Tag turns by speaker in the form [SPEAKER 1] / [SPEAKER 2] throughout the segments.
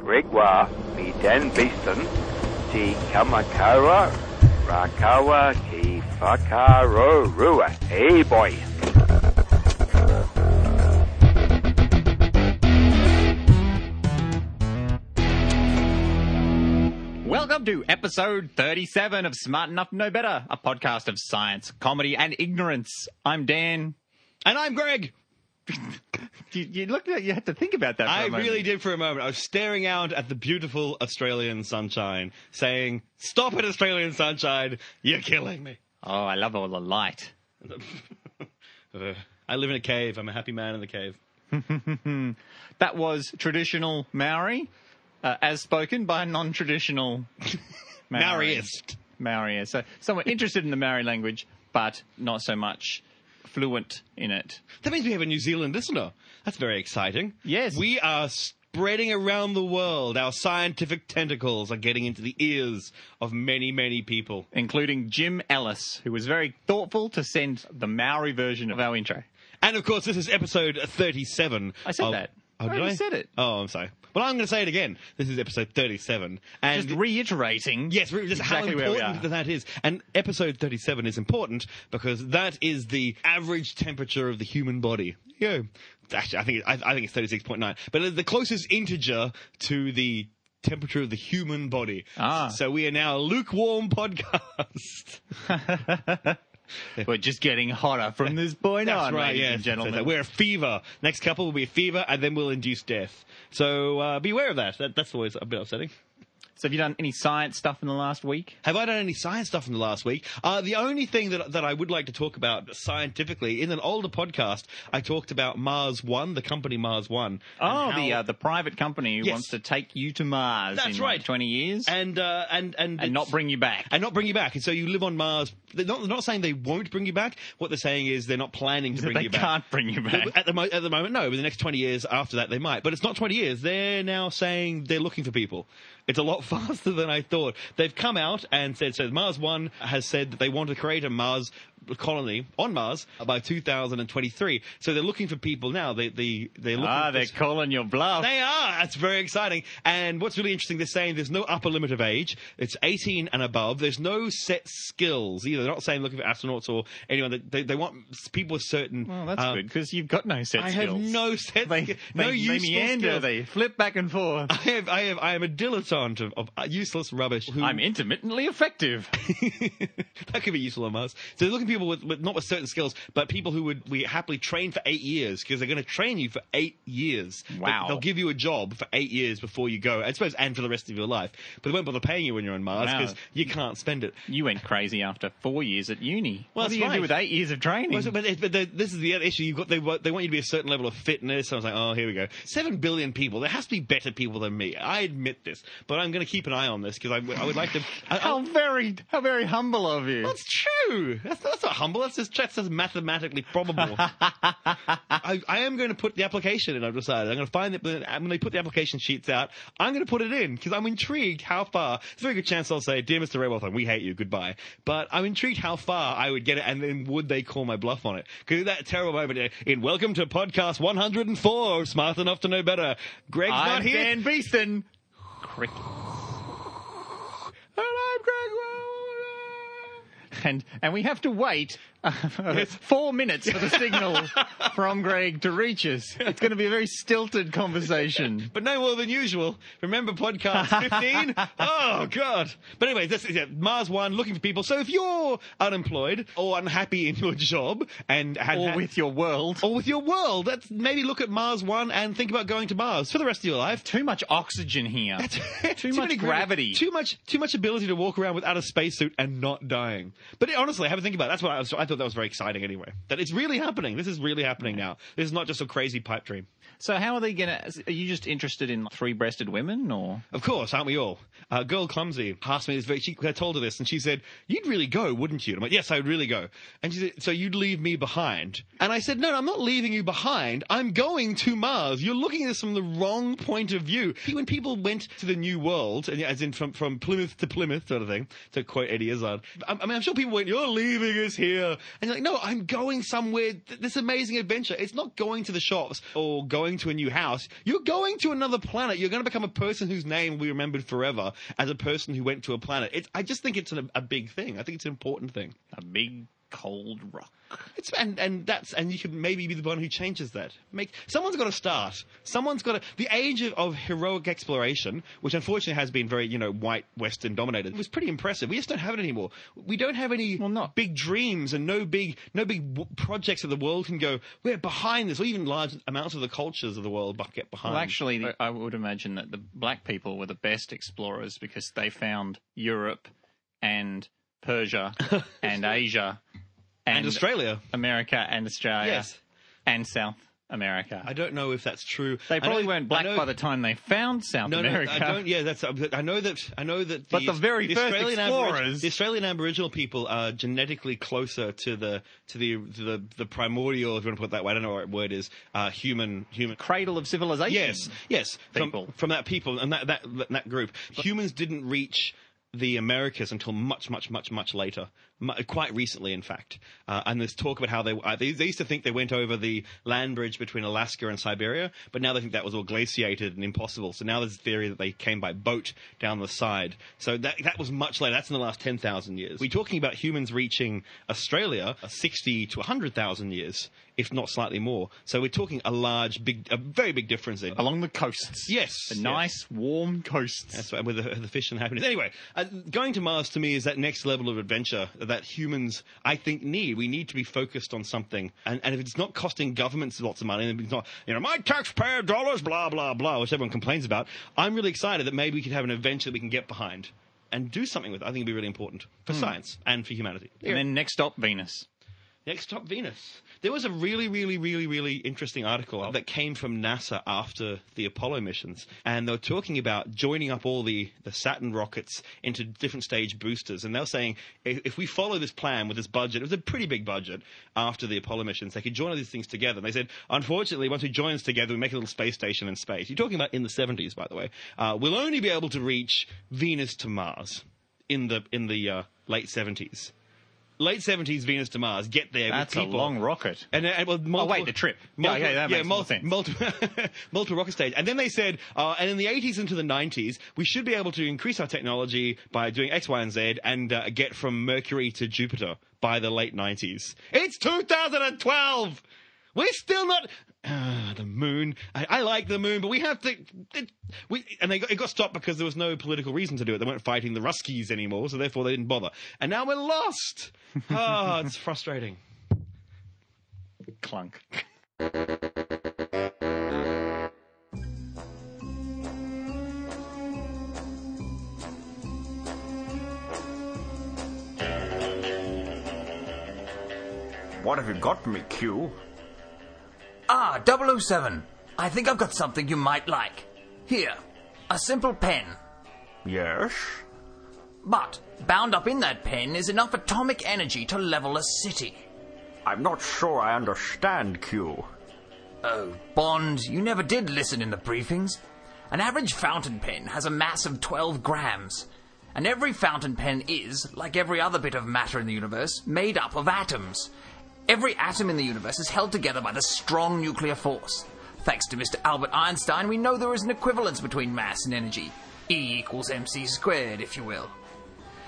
[SPEAKER 1] Gregwa me Dan Beeston, te Kamakawa, Rakawa ki Whakarorua. Hey boy!
[SPEAKER 2] Welcome to episode 37 of Smart Enough to Know Better, a podcast of science, comedy, and ignorance. I'm Dan.
[SPEAKER 3] And I'm Greg.
[SPEAKER 2] You, you looked at you had to think about that. For
[SPEAKER 3] I
[SPEAKER 2] a moment.
[SPEAKER 3] really did for a moment. I was staring out at the beautiful Australian sunshine, saying, Stop it, Australian sunshine. You're killing me.
[SPEAKER 2] Oh, I love all the light.
[SPEAKER 3] Uh, I live in a cave. I'm a happy man in the cave.
[SPEAKER 2] That was traditional Maori, uh, as spoken by non-traditional Maori.
[SPEAKER 3] Mariest.
[SPEAKER 2] Maori. So someone interested in the Maori language, but not so much fluent in it.
[SPEAKER 3] That means we have a New Zealand listener. That's very exciting.
[SPEAKER 2] Yes.
[SPEAKER 3] We are spreading around the world. Our scientific tentacles are getting into the ears of many, many people.
[SPEAKER 2] Including Jim Ellis, who was very thoughtful to send the Maori version of our intro.
[SPEAKER 3] And of course, this is episode 37.
[SPEAKER 2] I said
[SPEAKER 3] of-
[SPEAKER 2] that.
[SPEAKER 3] Oh,
[SPEAKER 2] I
[SPEAKER 3] did
[SPEAKER 2] already
[SPEAKER 3] I?
[SPEAKER 2] said it.
[SPEAKER 3] Oh, I'm sorry. Well, I'm going to say it again. This is episode 37. And
[SPEAKER 2] Just reiterating.
[SPEAKER 3] Yes, really, just
[SPEAKER 2] exactly
[SPEAKER 3] how
[SPEAKER 2] where we
[SPEAKER 3] important
[SPEAKER 2] are.
[SPEAKER 3] that is. And episode 37 is important because that is the average temperature of the human body. Yeah. Actually, I think, I, I think it's 36.9. But it's the closest integer to the temperature of the human body.
[SPEAKER 2] Ah.
[SPEAKER 3] So we are now a lukewarm podcast.
[SPEAKER 2] We're just getting hotter from this point on, ladies and gentlemen.
[SPEAKER 3] We're a fever. Next couple will be a fever and then we'll induce death. So uh, beware of that. that. That's always a bit upsetting.
[SPEAKER 2] So have you done any science stuff in the last week?
[SPEAKER 3] Have I done any science stuff in the last week? Uh, the only thing that, that I would like to talk about scientifically, in an older podcast, I talked about Mars One, the company Mars One.
[SPEAKER 2] Oh,
[SPEAKER 3] and
[SPEAKER 2] the
[SPEAKER 3] how-
[SPEAKER 2] uh, the private company who
[SPEAKER 3] Yes.
[SPEAKER 2] wants to take you to Mars
[SPEAKER 3] That's
[SPEAKER 2] in
[SPEAKER 3] right.
[SPEAKER 2] like, 20 years and,
[SPEAKER 3] and, uh, and, and, it's-
[SPEAKER 2] not bring you back.
[SPEAKER 3] and not bring you back. And so you live on Mars. They're not, they're not saying they won't bring you back. What they're saying is they're not planning to bring
[SPEAKER 2] they
[SPEAKER 3] you back.
[SPEAKER 2] can't bring you back.
[SPEAKER 3] At the, mo- at the moment, no. But the next 20 years after that, they might. But it's not 20 years. They're now saying they're looking for people. It's a lot faster than I thought. They've come out and said, so Mars One has said that they want to create a Mars colony on Mars by 2023. So they're looking for people now. They, they, they're looking
[SPEAKER 2] Ah,
[SPEAKER 3] for
[SPEAKER 2] they're calling your bluff.
[SPEAKER 3] they are. That's very exciting. And what's really interesting, they're saying there's no upper limit of age. It's 18 and above. There's no set skills either. They're not saying looking for astronauts or anyone. They, they, they want people with certain.
[SPEAKER 2] well, that's
[SPEAKER 3] uh,
[SPEAKER 2] good because you've got Um, no set
[SPEAKER 3] I have
[SPEAKER 2] skills.
[SPEAKER 3] no set.
[SPEAKER 2] They,
[SPEAKER 3] sk-
[SPEAKER 2] they,
[SPEAKER 3] no
[SPEAKER 2] they
[SPEAKER 3] useful
[SPEAKER 2] meander.
[SPEAKER 3] skills.
[SPEAKER 2] They flip back and forth.
[SPEAKER 3] I have, I have, I am a dilettante of, of uh, useless rubbish. Who,
[SPEAKER 2] I'm intermittently effective.
[SPEAKER 3] that could be useful on Mars. So they're looking for people with, with not with certain skills, but people who would we happily train for eight years because they're going to train you for eight years. They-
[SPEAKER 2] Wow.
[SPEAKER 3] They'll give you a job for eight years before you go, I suppose, and for the rest of your life. But they won't bother paying you when you're on Mars
[SPEAKER 2] Wow.
[SPEAKER 3] because you can't spend it.
[SPEAKER 2] you went crazy after four years at uni. what are
[SPEAKER 3] Well, that's
[SPEAKER 2] you gonna do
[SPEAKER 3] right.
[SPEAKER 2] with eight years of training?
[SPEAKER 3] Well, so- But, it- but the, this is the other issue. You've got they, wa- they want you to be a certain level of fitness. I was like, oh, here we go. Seven billion people. There has to be better people than me. I admit this, but I'm going to keep an eye on this because I, w- I would like to. I, I-
[SPEAKER 2] how very, how very humble of you.
[SPEAKER 3] that's true. That's, that's not humble. That's just that's just mathematically probable. I, I am going to put the application in. I've decided. I'm going to find it but when they put the application sheets out. I'm going to put it in because I'm intrigued how far. It's a very good chance I'll say, "Dear Mr. Raybotham, we hate you. Goodbye." But I'm intrigued how far I would get it, and then would they call my bluff on it? Because that terrible moment in Welcome to Podcast 104, of Smart Enough to Know Better. Greg's
[SPEAKER 2] I'm
[SPEAKER 3] not here,
[SPEAKER 2] Dan Beeston. Crick.
[SPEAKER 3] and I'm Greg.
[SPEAKER 2] and and we have to wait uh,
[SPEAKER 3] Yes.
[SPEAKER 2] four minutes for the signal from Greg to reach us. It's going to be a very stilted conversation.
[SPEAKER 3] but no more than usual. Remember podcast 15? oh, God. But anyway, this is it. Mars One looking for people. So if you're unemployed or unhappy in your job and, and
[SPEAKER 2] Or with your world.
[SPEAKER 3] or with your world, that's, maybe look at Mars One and think about going to Mars for the rest of your life.
[SPEAKER 2] Too much oxygen here. Too much
[SPEAKER 3] many gra-
[SPEAKER 2] gravity.
[SPEAKER 3] Too much, too much ability to walk around without a spacesuit and not dying. But it- honestly, have a think about. It. That's what I, was, I thought. That was very exciting. Anyway, that it's really happening. This is really happening now. This is not just a crazy pipe dream.
[SPEAKER 2] So how are they going to? Are you just interested in three-breasted women, or
[SPEAKER 3] Of course, aren't we all? Uh, girl clumsy asked me this very. She, I told her this, and she said, "You'd really go, wouldn't you?" And I'm like, "Yes, I'd really go." And she said, "So you'd leave me behind?" And I said, "No, I'm not leaving you behind. I'm going to Mars. You're looking at this from the wrong point of view." See, When people went to the New World, and yeah, as in from, from Plymouth to Plymouth, sort of thing, to quote Eddie Izzard, I, I mean, I'm sure people went, "You're leaving us here," and you're like, "No, I'm going somewhere. Th- this amazing adventure. It's not going to the shops or going to a new house. You're going to another planet. You're going to become a person whose name will be remembered forever as a person who went to a planet." It's, I just think it's an, a big thing. I think it's an important thing.
[SPEAKER 2] A big cold rock.
[SPEAKER 3] It's and and that's and you could maybe be the one who changes that. Make someone's got to start. Someone's got to. The age of, of heroic exploration, which unfortunately has been very you know white Western dominated, was pretty impressive. We just don't have it anymore. We don't have any
[SPEAKER 2] Well, not-
[SPEAKER 3] big dreams and no big no big w- projects that the world can go. We're behind this, or even large amounts of the cultures of the world bu- get behind.
[SPEAKER 2] Well, actually, the- Um, I would imagine that the black people were the best explorers because they found Europe and Persia and Asia and,
[SPEAKER 3] and Australia.
[SPEAKER 2] America and Australia
[SPEAKER 3] Yes.
[SPEAKER 2] and South America.
[SPEAKER 3] I don't know if that's true.
[SPEAKER 2] they probably
[SPEAKER 3] I know-
[SPEAKER 2] weren't black
[SPEAKER 3] I know-
[SPEAKER 2] by the time they found South
[SPEAKER 3] No,
[SPEAKER 2] America.
[SPEAKER 3] no, I don't. Yeah, that's. I know that. I know that. The,
[SPEAKER 2] But the very first
[SPEAKER 3] Aboriginal-
[SPEAKER 2] explorers-
[SPEAKER 3] the Australian Aboriginal people are genetically closer to the to the to the, the primordial, if you want to put it that way. I don't know what word is. Uh, human, human.
[SPEAKER 2] Cradle of civilization.
[SPEAKER 3] Yes, yes.
[SPEAKER 2] People.
[SPEAKER 3] From, from that people and that that that group, humans didn't reach the Americas until much, much, much, much later, Mu- quite recently, in fact. Uh, and there's talk about how they, uh, they they used to think they went over the land bridge between Alaska and Siberia, but now they think that was all glaciated and impossible. So now there's a theory that they came by boat down the side. So that that was much later. That's in the last ten thousand years. We're talking about humans reaching Australia uh, sixty to hundred thousand years, if not slightly more. So we're talking a large, big, a very big difference in
[SPEAKER 2] Along the coasts.
[SPEAKER 3] Yes,
[SPEAKER 2] The
[SPEAKER 3] yes.
[SPEAKER 2] nice, warm coasts.
[SPEAKER 3] that's right, with the, the fish and happiness. Anyway, uh, going to Mars to me is that next level of adventure that humans, I think, need. We need to be focused on something. And, and if it's not costing governments lots of money, and if it's not, you know, my taxpayer dollars, blah, blah, blah, which everyone complains about, I'm really excited that maybe we could have an adventure that we can get behind and do something with. I think it'd be really important for science and for humanity.
[SPEAKER 2] And then next stop, Venus.
[SPEAKER 3] Next stop, Venus. There was a really, really, really, really interesting article that came from NASA after the Apollo missions, and they were talking about joining up all the, the Saturn rockets into different stage boosters. And they were saying if, if we follow this plan with this budget, it was a pretty big budget after the Apollo missions, they could join all these things together. And they said, unfortunately, once we join this together, we make a little space station in space. You're talking about in the 70s, by the way. Uh, we'll only be able to reach Venus to Mars in the in the uh, late 70s. Late seventies, Venus to Mars. Get there.
[SPEAKER 2] That's
[SPEAKER 3] with
[SPEAKER 2] a
[SPEAKER 3] people.
[SPEAKER 2] long rocket.
[SPEAKER 3] And, and well, multiple,
[SPEAKER 2] Oh, wait, the trip. Yeah,
[SPEAKER 3] Multiple,
[SPEAKER 2] okay, that makes more
[SPEAKER 3] mul-
[SPEAKER 2] sense.
[SPEAKER 3] Multiple, multiple rocket stage. And then they said, uh, and in the eighties into the nineties, we should be able to increase our technology by doing X, Y, and Z, and uh, get from Mercury to Jupiter by the late nineties. It's two thousand and twelve. We're still not. Ah, the moon. I, I like the moon, but we have to. It, we and they got, it got stopped because there was no political reason to do it. They weren't fighting the Ruskies anymore, so therefore they didn't bother. And now we're lost. Ah, it's frustrating.
[SPEAKER 2] Clunk.
[SPEAKER 4] What have you got me, Q?
[SPEAKER 5] Ah, 007. I think I've got something you might like. Here, a simple pen.
[SPEAKER 4] Yes?
[SPEAKER 5] But bound up in that pen is enough atomic energy to level a city.
[SPEAKER 4] I'm not sure I understand, Q.
[SPEAKER 5] Oh, Bond, you never did listen in the briefings. An average fountain pen has a mass of 12 grams. And every fountain pen is, like every other bit of matter in the universe, made up of atoms. Every atom in the universe is held together by the strong nuclear force. Thanks to Mr. Albert Einstein, we know there is an equivalence between mass and energy. E equals mc squared, if you will.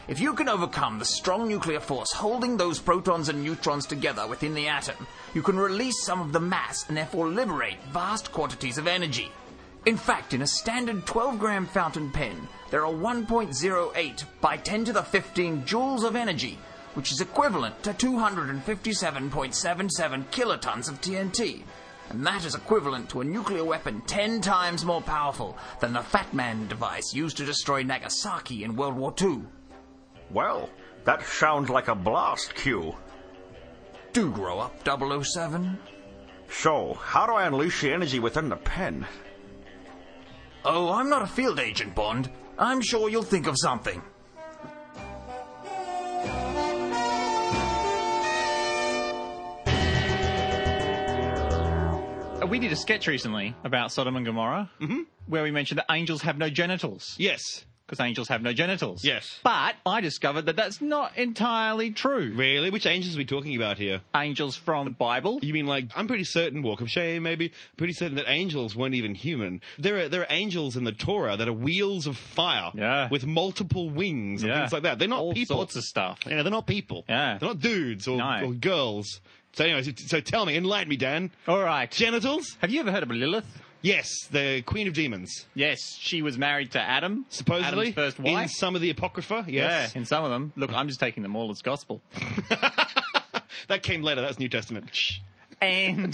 [SPEAKER 5] If you can overcome the strong nuclear force holding those protons and neutrons together within the atom, you can release some of the mass and therefore liberate vast quantities of energy. In fact, in a standard 12 gram fountain pen, there are 1.08 by 10 to the 15 joules of energy, which is equivalent to 257.77 kilotons of TNT. And that is equivalent to a nuclear weapon 10 times more powerful than the Fat Man device used to destroy Nagasaki in World War II.
[SPEAKER 4] Well, that sounds like a blast, Q.
[SPEAKER 5] Do grow up, 007.
[SPEAKER 4] So, how do I unleash the energy within the pen?
[SPEAKER 5] Oh, I'm not a field agent, Bond. I'm sure you'll think of something.
[SPEAKER 2] Uh, We did
[SPEAKER 3] Mm-hmm.
[SPEAKER 2] a sketch recently about Sodom and Gomorrah, where we mentioned that angels have no genitals.
[SPEAKER 3] Yes.
[SPEAKER 2] because angels have no genitals.
[SPEAKER 3] Yes.
[SPEAKER 2] But I discovered that that's not entirely true.
[SPEAKER 3] Really? Which angels are we talking about here?
[SPEAKER 2] Angels from the Bible.
[SPEAKER 3] You mean like I'm pretty certain Walk of Shame, maybe pretty certain that angels weren't even human. There are there are angels in the Torah that are wheels of fire
[SPEAKER 2] Yeah.
[SPEAKER 3] with multiple wings and
[SPEAKER 2] Yeah.
[SPEAKER 3] things like that. They're not
[SPEAKER 2] All
[SPEAKER 3] people.
[SPEAKER 2] sorts of stuff.
[SPEAKER 3] Yeah, they're not people.
[SPEAKER 2] Yeah.
[SPEAKER 3] They're not dudes or,
[SPEAKER 2] No.
[SPEAKER 3] or girls. So anyway, so, so tell me, enlighten me, Dan.
[SPEAKER 2] All right.
[SPEAKER 3] Genitals?
[SPEAKER 2] have you ever heard of Lilith?
[SPEAKER 3] Yes, the queen of demons.
[SPEAKER 2] Yes, she was married to Adam.
[SPEAKER 3] Supposedly
[SPEAKER 2] Adam's first
[SPEAKER 3] in
[SPEAKER 2] wife.
[SPEAKER 3] some of the Apocrypha, yes.
[SPEAKER 2] Yeah, in some of them. Look, I'm just taking them all as gospel.
[SPEAKER 3] That came later, that's New Testament.
[SPEAKER 2] And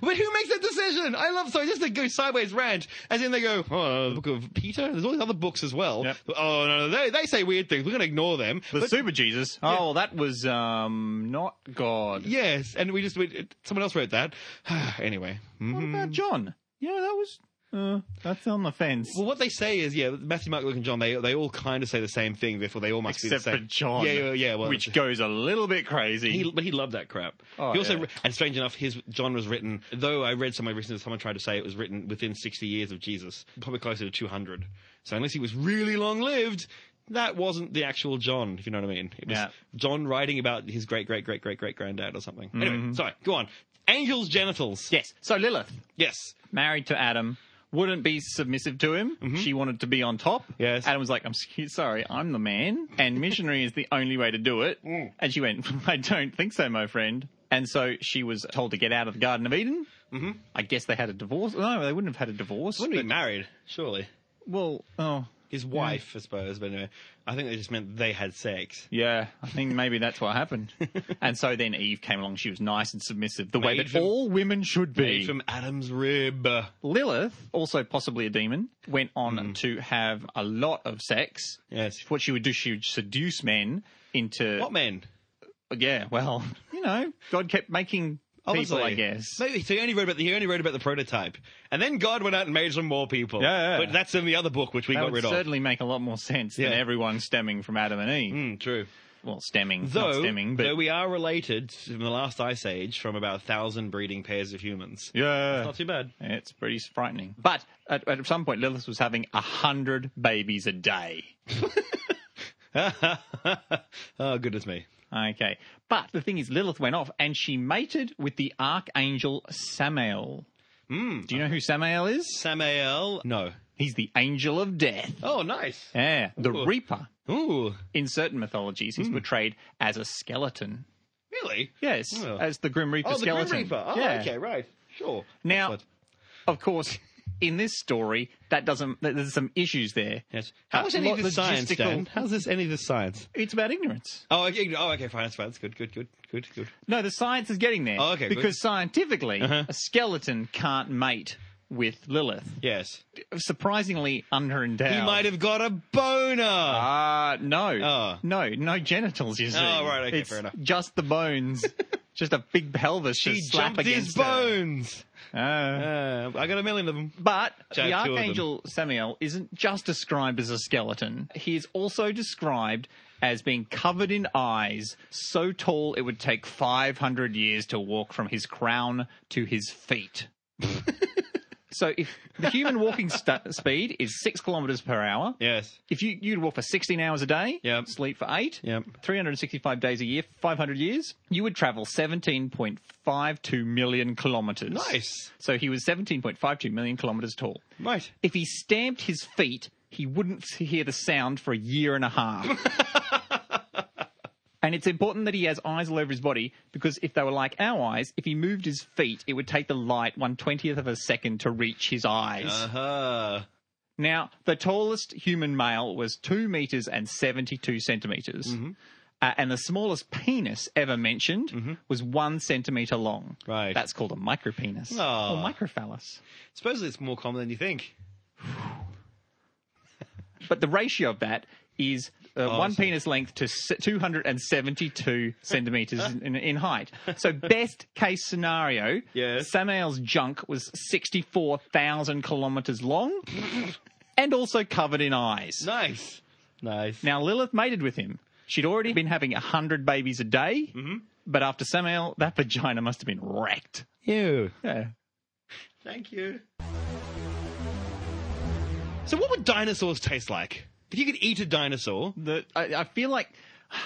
[SPEAKER 3] But who makes that decision? I love sorry, just to go sideways rant, as in they go, oh, the book of Peter. There's all these other books as well.
[SPEAKER 2] Yep.
[SPEAKER 3] Oh no, no, they they say weird things. We're going to ignore them.
[SPEAKER 2] the
[SPEAKER 3] But-
[SPEAKER 2] Super Jesus. Oh, well, that was um not God.
[SPEAKER 3] yes, and we just we, it- someone else wrote that. anyway, Hmm.
[SPEAKER 2] What about John? Yeah, that was. Uh, that's on the fence.
[SPEAKER 3] well, what they say is yeah, Matthew, Mark, Luke, and John. They they all kind of say the same thing. Therefore, they all must be
[SPEAKER 2] Except
[SPEAKER 3] the
[SPEAKER 2] for
[SPEAKER 3] same.
[SPEAKER 2] John.
[SPEAKER 3] Yeah, yeah, yeah. Well,
[SPEAKER 2] which goes a little bit crazy.
[SPEAKER 3] He, but he loved that crap.
[SPEAKER 2] Mm. Oh,
[SPEAKER 3] he also,
[SPEAKER 2] yeah.
[SPEAKER 3] and strange enough, his John was written. Though I read somewhere recently, that someone tried to say it was written within 60 years of Jesus, probably closer to 200. So unless he was really long lived, that wasn't the actual John. If you know what I mean, it was
[SPEAKER 2] Yeah.
[SPEAKER 3] John writing about his great great great great great granddad or something. Anyway, sorry, go on. Angels' genitals.
[SPEAKER 2] Mm-hmm. yes. So Lilith,
[SPEAKER 3] Yes.
[SPEAKER 2] married to Adam, wouldn't be submissive to him. She wanted to be on top.
[SPEAKER 3] Mm-hmm. Yes.
[SPEAKER 2] Adam was like, "I'm s- sorry, I'm the man, and missionary is the only way to do it."
[SPEAKER 3] Mm.
[SPEAKER 2] And she went, "I don't think so, my friend." And so she was told to get out of the Garden of Eden. Mm-hmm. I guess they had a divorce. No, they wouldn't have had a divorce.
[SPEAKER 3] Wouldn't be married, surely.
[SPEAKER 2] but- well, oh,
[SPEAKER 3] His wife, I suppose. But anyway, I think they just meant they had sex.
[SPEAKER 2] Yeah, I think maybe that's what happened. and so then Eve came along. She was nice and submissive, the way
[SPEAKER 3] Made
[SPEAKER 2] that
[SPEAKER 3] from-
[SPEAKER 2] all women should be.
[SPEAKER 3] Made From Adam's rib.
[SPEAKER 2] Lilith, also possibly a demon, went on to have a lot of sex.
[SPEAKER 3] Hmm. Yes.
[SPEAKER 2] What she would do, she would seduce men into.
[SPEAKER 3] What men?
[SPEAKER 2] Yeah, well, you know, God kept making people, I guess.
[SPEAKER 3] Maybe so. He only wrote about the he only wrote about the prototype, and then God went out and made some more people.
[SPEAKER 2] Yeah, yeah.
[SPEAKER 3] but that's in the other book which we
[SPEAKER 2] That
[SPEAKER 3] got
[SPEAKER 2] would
[SPEAKER 3] rid of.
[SPEAKER 2] certainly make a lot more sense than
[SPEAKER 3] Yeah.
[SPEAKER 2] everyone stemming from Adam and Eve.
[SPEAKER 3] Mm, true.
[SPEAKER 2] Well, stemming,
[SPEAKER 3] Though,
[SPEAKER 2] not stemming,
[SPEAKER 3] though
[SPEAKER 2] but
[SPEAKER 3] we are related from the last ice age from about a thousand breeding pairs of humans.
[SPEAKER 2] yeah,
[SPEAKER 3] Not too bad.
[SPEAKER 2] It's pretty frightening. But at, at some point, Lilith was having a hundred babies a day.
[SPEAKER 3] oh goodness me!
[SPEAKER 2] Okay. But the thing is, Lilith went off and she mated with the archangel Samael.
[SPEAKER 3] Hmm.
[SPEAKER 2] Do you know who Samael is?
[SPEAKER 3] Samael. No.
[SPEAKER 2] He's the angel of death.
[SPEAKER 3] Oh, nice.
[SPEAKER 2] Yeah, the
[SPEAKER 3] Ooh.
[SPEAKER 2] Reaper.
[SPEAKER 3] Ooh,
[SPEAKER 2] In certain mythologies,
[SPEAKER 3] Hmm.
[SPEAKER 2] he's portrayed as a skeleton.
[SPEAKER 3] really?
[SPEAKER 2] Yes,
[SPEAKER 3] Oh.
[SPEAKER 2] as the Grim Reaper
[SPEAKER 3] Oh, the Grim
[SPEAKER 2] skeleton.
[SPEAKER 3] Reaper. Oh,
[SPEAKER 2] yeah.
[SPEAKER 3] okay, right. Sure.
[SPEAKER 2] Now,
[SPEAKER 3] Excellent.
[SPEAKER 2] of course, in this story, that doesn't. There's some issues there.
[SPEAKER 3] yes. How
[SPEAKER 2] Uh,
[SPEAKER 3] is any of
[SPEAKER 2] lo-
[SPEAKER 3] this science,
[SPEAKER 2] logistical-
[SPEAKER 3] Dan? How's this any of this science?
[SPEAKER 2] It's about ignorance.
[SPEAKER 3] Oh, okay. Oh, okay. Fine. That's fine. That's good. Good. Good. Good. Good.
[SPEAKER 2] No, the science is getting there.
[SPEAKER 3] Oh, okay, good. Uh-huh.
[SPEAKER 2] Because scientifically, a skeleton can't mate with Lilith.
[SPEAKER 3] Yes.
[SPEAKER 2] Surprisingly underendowed.
[SPEAKER 3] He might have got a boner.
[SPEAKER 2] Ah, no.
[SPEAKER 3] Oh.
[SPEAKER 2] No, no genitals, you see.
[SPEAKER 3] Oh, right, okay,
[SPEAKER 2] It's
[SPEAKER 3] fair enough.
[SPEAKER 2] Just the bones. just a big pelvis
[SPEAKER 3] she
[SPEAKER 2] to slap
[SPEAKER 3] jumped his
[SPEAKER 2] against her.
[SPEAKER 3] bones.
[SPEAKER 2] Ah.
[SPEAKER 3] Uh, I got a million of them.
[SPEAKER 2] But the
[SPEAKER 3] Jack, two of them.
[SPEAKER 2] Archangel Samuel isn't just described as a skeleton. He is also described as being covered in eyes, so tall it would take 500 years to walk from his crown to his feet. so if the human walking st- speed is six kilometers per hour,
[SPEAKER 3] Yes.
[SPEAKER 2] if you, you'd walk for 16 hours a day,
[SPEAKER 3] Yep.
[SPEAKER 2] sleep for eight,
[SPEAKER 3] Yep.
[SPEAKER 2] 365 days a year, 500 years, you would travel 17.52 million kilometers.
[SPEAKER 3] Nice.
[SPEAKER 2] So he was 17.52 million kilometers tall.
[SPEAKER 3] Right.
[SPEAKER 2] If he stamped his feet, he wouldn't hear the sound for a year and a half. and it's important that he has eyes all over his body because if they were like our eyes, if he moved his feet, it would take the light 120th of a second to reach his eyes.
[SPEAKER 3] Uh huh.
[SPEAKER 2] Now, the tallest human male was 2 meters and 72 centimeters.
[SPEAKER 3] Mm-hmm.
[SPEAKER 2] Uh, and the smallest penis ever mentioned was one centimeter long.
[SPEAKER 3] Mm-hmm. Right. Ah.
[SPEAKER 2] That's called a micropenis
[SPEAKER 3] Aw.
[SPEAKER 2] or microphallus.
[SPEAKER 3] Supposedly it's more common than you think.
[SPEAKER 2] But the ratio of that is uh, one
[SPEAKER 3] Oh, I see.
[SPEAKER 2] penis length to s- 272 centimeters in, in height. So, best case scenario,
[SPEAKER 3] Yes.
[SPEAKER 2] Samael's junk was 64,000 kilometers long and also covered in eyes.
[SPEAKER 3] Nice. Nice.
[SPEAKER 2] Now Lilith mated with him. She'd already been having hundred babies a day, but after Samuel, that vagina must have been wrecked.
[SPEAKER 3] you.
[SPEAKER 2] Yeah.
[SPEAKER 3] Thank you. So, what would dinosaurs taste like? If you could eat a dinosaur,
[SPEAKER 2] The, I, I feel like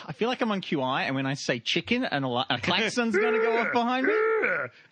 [SPEAKER 2] I feel like I'm on QI, and when I say chicken, and a, li- a klaxon's going to go off behind me.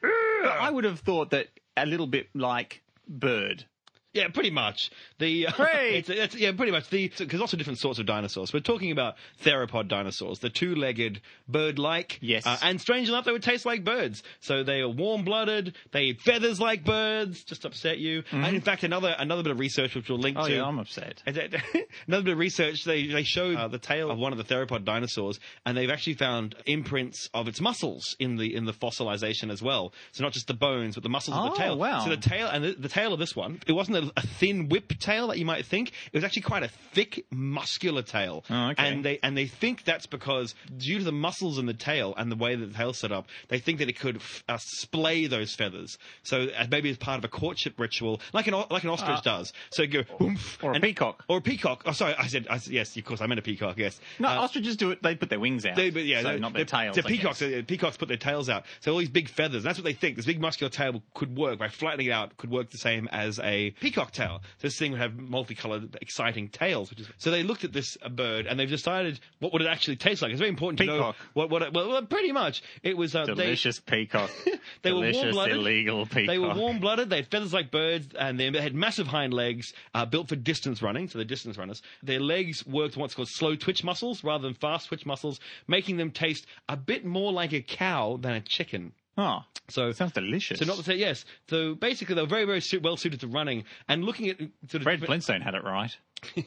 [SPEAKER 2] But I would have thought that a little bit like bird.
[SPEAKER 3] Yeah, pretty much. The uh,
[SPEAKER 2] Great.
[SPEAKER 3] it's, it's, yeah, pretty much. The because lots of different sorts of dinosaurs. We're talking about theropod dinosaurs, the two-legged bird-like.
[SPEAKER 2] Yes.
[SPEAKER 3] Uh, and strange enough, they would taste like birds. So they are warm-blooded. They eat feathers like birds, just to upset you. And in fact, another another bit of research which we'll link
[SPEAKER 2] Mm-hmm. Oh
[SPEAKER 3] to.
[SPEAKER 2] yeah, I'm upset.
[SPEAKER 3] Is it- Another bit of research, they, they showed uh, the tail of one of the theropod dinosaurs, and they've actually found imprints of its muscles in the in the fossilization as well. So not just the bones, but the muscles of
[SPEAKER 2] Oh,
[SPEAKER 3] the tail.
[SPEAKER 2] wow.
[SPEAKER 3] So the tail and the, the tail of this one, it wasn't a, a thin whip tail that you might think. It was actually quite a thick, muscular tail.
[SPEAKER 2] Oh, okay.
[SPEAKER 3] And they and they think that's because due to the muscles in the tail and the way that the tail's set up, they think that it could f- uh, splay those feathers. So uh, maybe as part of a courtship ritual, like an o- like an
[SPEAKER 2] Ah.
[SPEAKER 3] ostrich does. So you go oomph
[SPEAKER 2] Or a
[SPEAKER 3] and-
[SPEAKER 2] peacock.
[SPEAKER 3] or a peacock. Oh, sorry, I said, I said yes. Of course, I meant a peacock. Yes.
[SPEAKER 2] No,
[SPEAKER 3] Uh,
[SPEAKER 2] ostriches do it. They put their wings out.
[SPEAKER 3] they, but yeah,
[SPEAKER 2] so
[SPEAKER 3] they-
[SPEAKER 2] not their
[SPEAKER 3] they-
[SPEAKER 2] tails.
[SPEAKER 3] The
[SPEAKER 2] I
[SPEAKER 3] peacocks,
[SPEAKER 2] guess.
[SPEAKER 3] uh, peacocks put their tails out. So all these big feathers. That's what they think. This big muscular tail could work by flattening it out. Could work the same as a peacock tail. So this thing would have multicolored, exciting tails. Which is so they looked at this uh, bird and they've decided what would it actually taste like. It's very important
[SPEAKER 2] Peacock.
[SPEAKER 3] to know what what. it- Well, well, pretty much it was uh, they-
[SPEAKER 2] Delicious peacock.
[SPEAKER 3] They were
[SPEAKER 2] Delicious
[SPEAKER 3] warm-blooded.
[SPEAKER 2] illegal peacock.
[SPEAKER 3] They were warm blooded. They had feathers like birds, and they had massive hind legs uh, built for distance running. So they're distance runners. Their legs worked what's called slow twitch muscles rather than fast twitch muscles, making them taste a bit more like a cow than a chicken.
[SPEAKER 2] Oh,
[SPEAKER 3] So
[SPEAKER 2] sounds delicious.
[SPEAKER 3] So not to say yes. So basically, they were very, very su- well suited to running. And looking at sort of
[SPEAKER 2] Fred Flintstone had it right.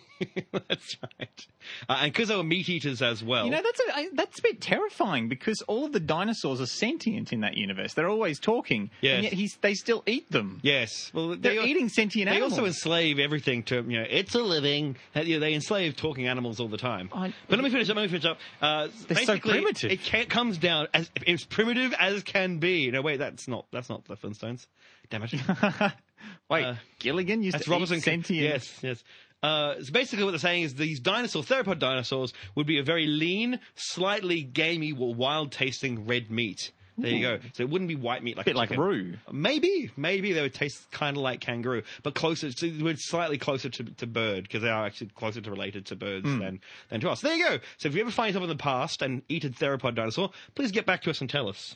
[SPEAKER 3] that's right. Uh, and because they were meat eaters as well.
[SPEAKER 2] You know, that's a I, that's a bit terrifying because all of the dinosaurs are sentient in that universe. They're always talking,
[SPEAKER 3] Yes.
[SPEAKER 2] and yet he's, they still eat them.
[SPEAKER 3] yes. Well,
[SPEAKER 2] They're
[SPEAKER 3] al-
[SPEAKER 2] eating sentient
[SPEAKER 3] They
[SPEAKER 2] animals.
[SPEAKER 3] also enslave everything to you know. It's a living. Uh, you know, They enslave talking animals all the time.
[SPEAKER 2] I-
[SPEAKER 3] but let me finish up. Let me finish up. Uh,
[SPEAKER 2] They're so
[SPEAKER 3] basically,
[SPEAKER 2] primitive.
[SPEAKER 3] It can, comes down as as primitive as can be. No, wait, that's not that's not the Flintstones. Damn it.
[SPEAKER 2] Wait,
[SPEAKER 3] Uh,
[SPEAKER 2] Gilligan used
[SPEAKER 3] That's
[SPEAKER 2] to
[SPEAKER 3] Robinson
[SPEAKER 2] eat sentient.
[SPEAKER 3] Yes, yes. Uh, so basically, what they're saying is these dinosaur theropod dinosaurs would be a very lean, slightly gamey, wild-tasting red meat. There you go. So it wouldn't be white meat like
[SPEAKER 2] Bit like
[SPEAKER 3] chicken.
[SPEAKER 2] roux.
[SPEAKER 3] Maybe, maybe they would taste kind of like kangaroo, but closer, to, we're slightly closer to, to bird because they are actually closer to related to birds than than to us. There you go. So if you ever find yourself in the past and eat a theropod dinosaur, please get back to us and tell us.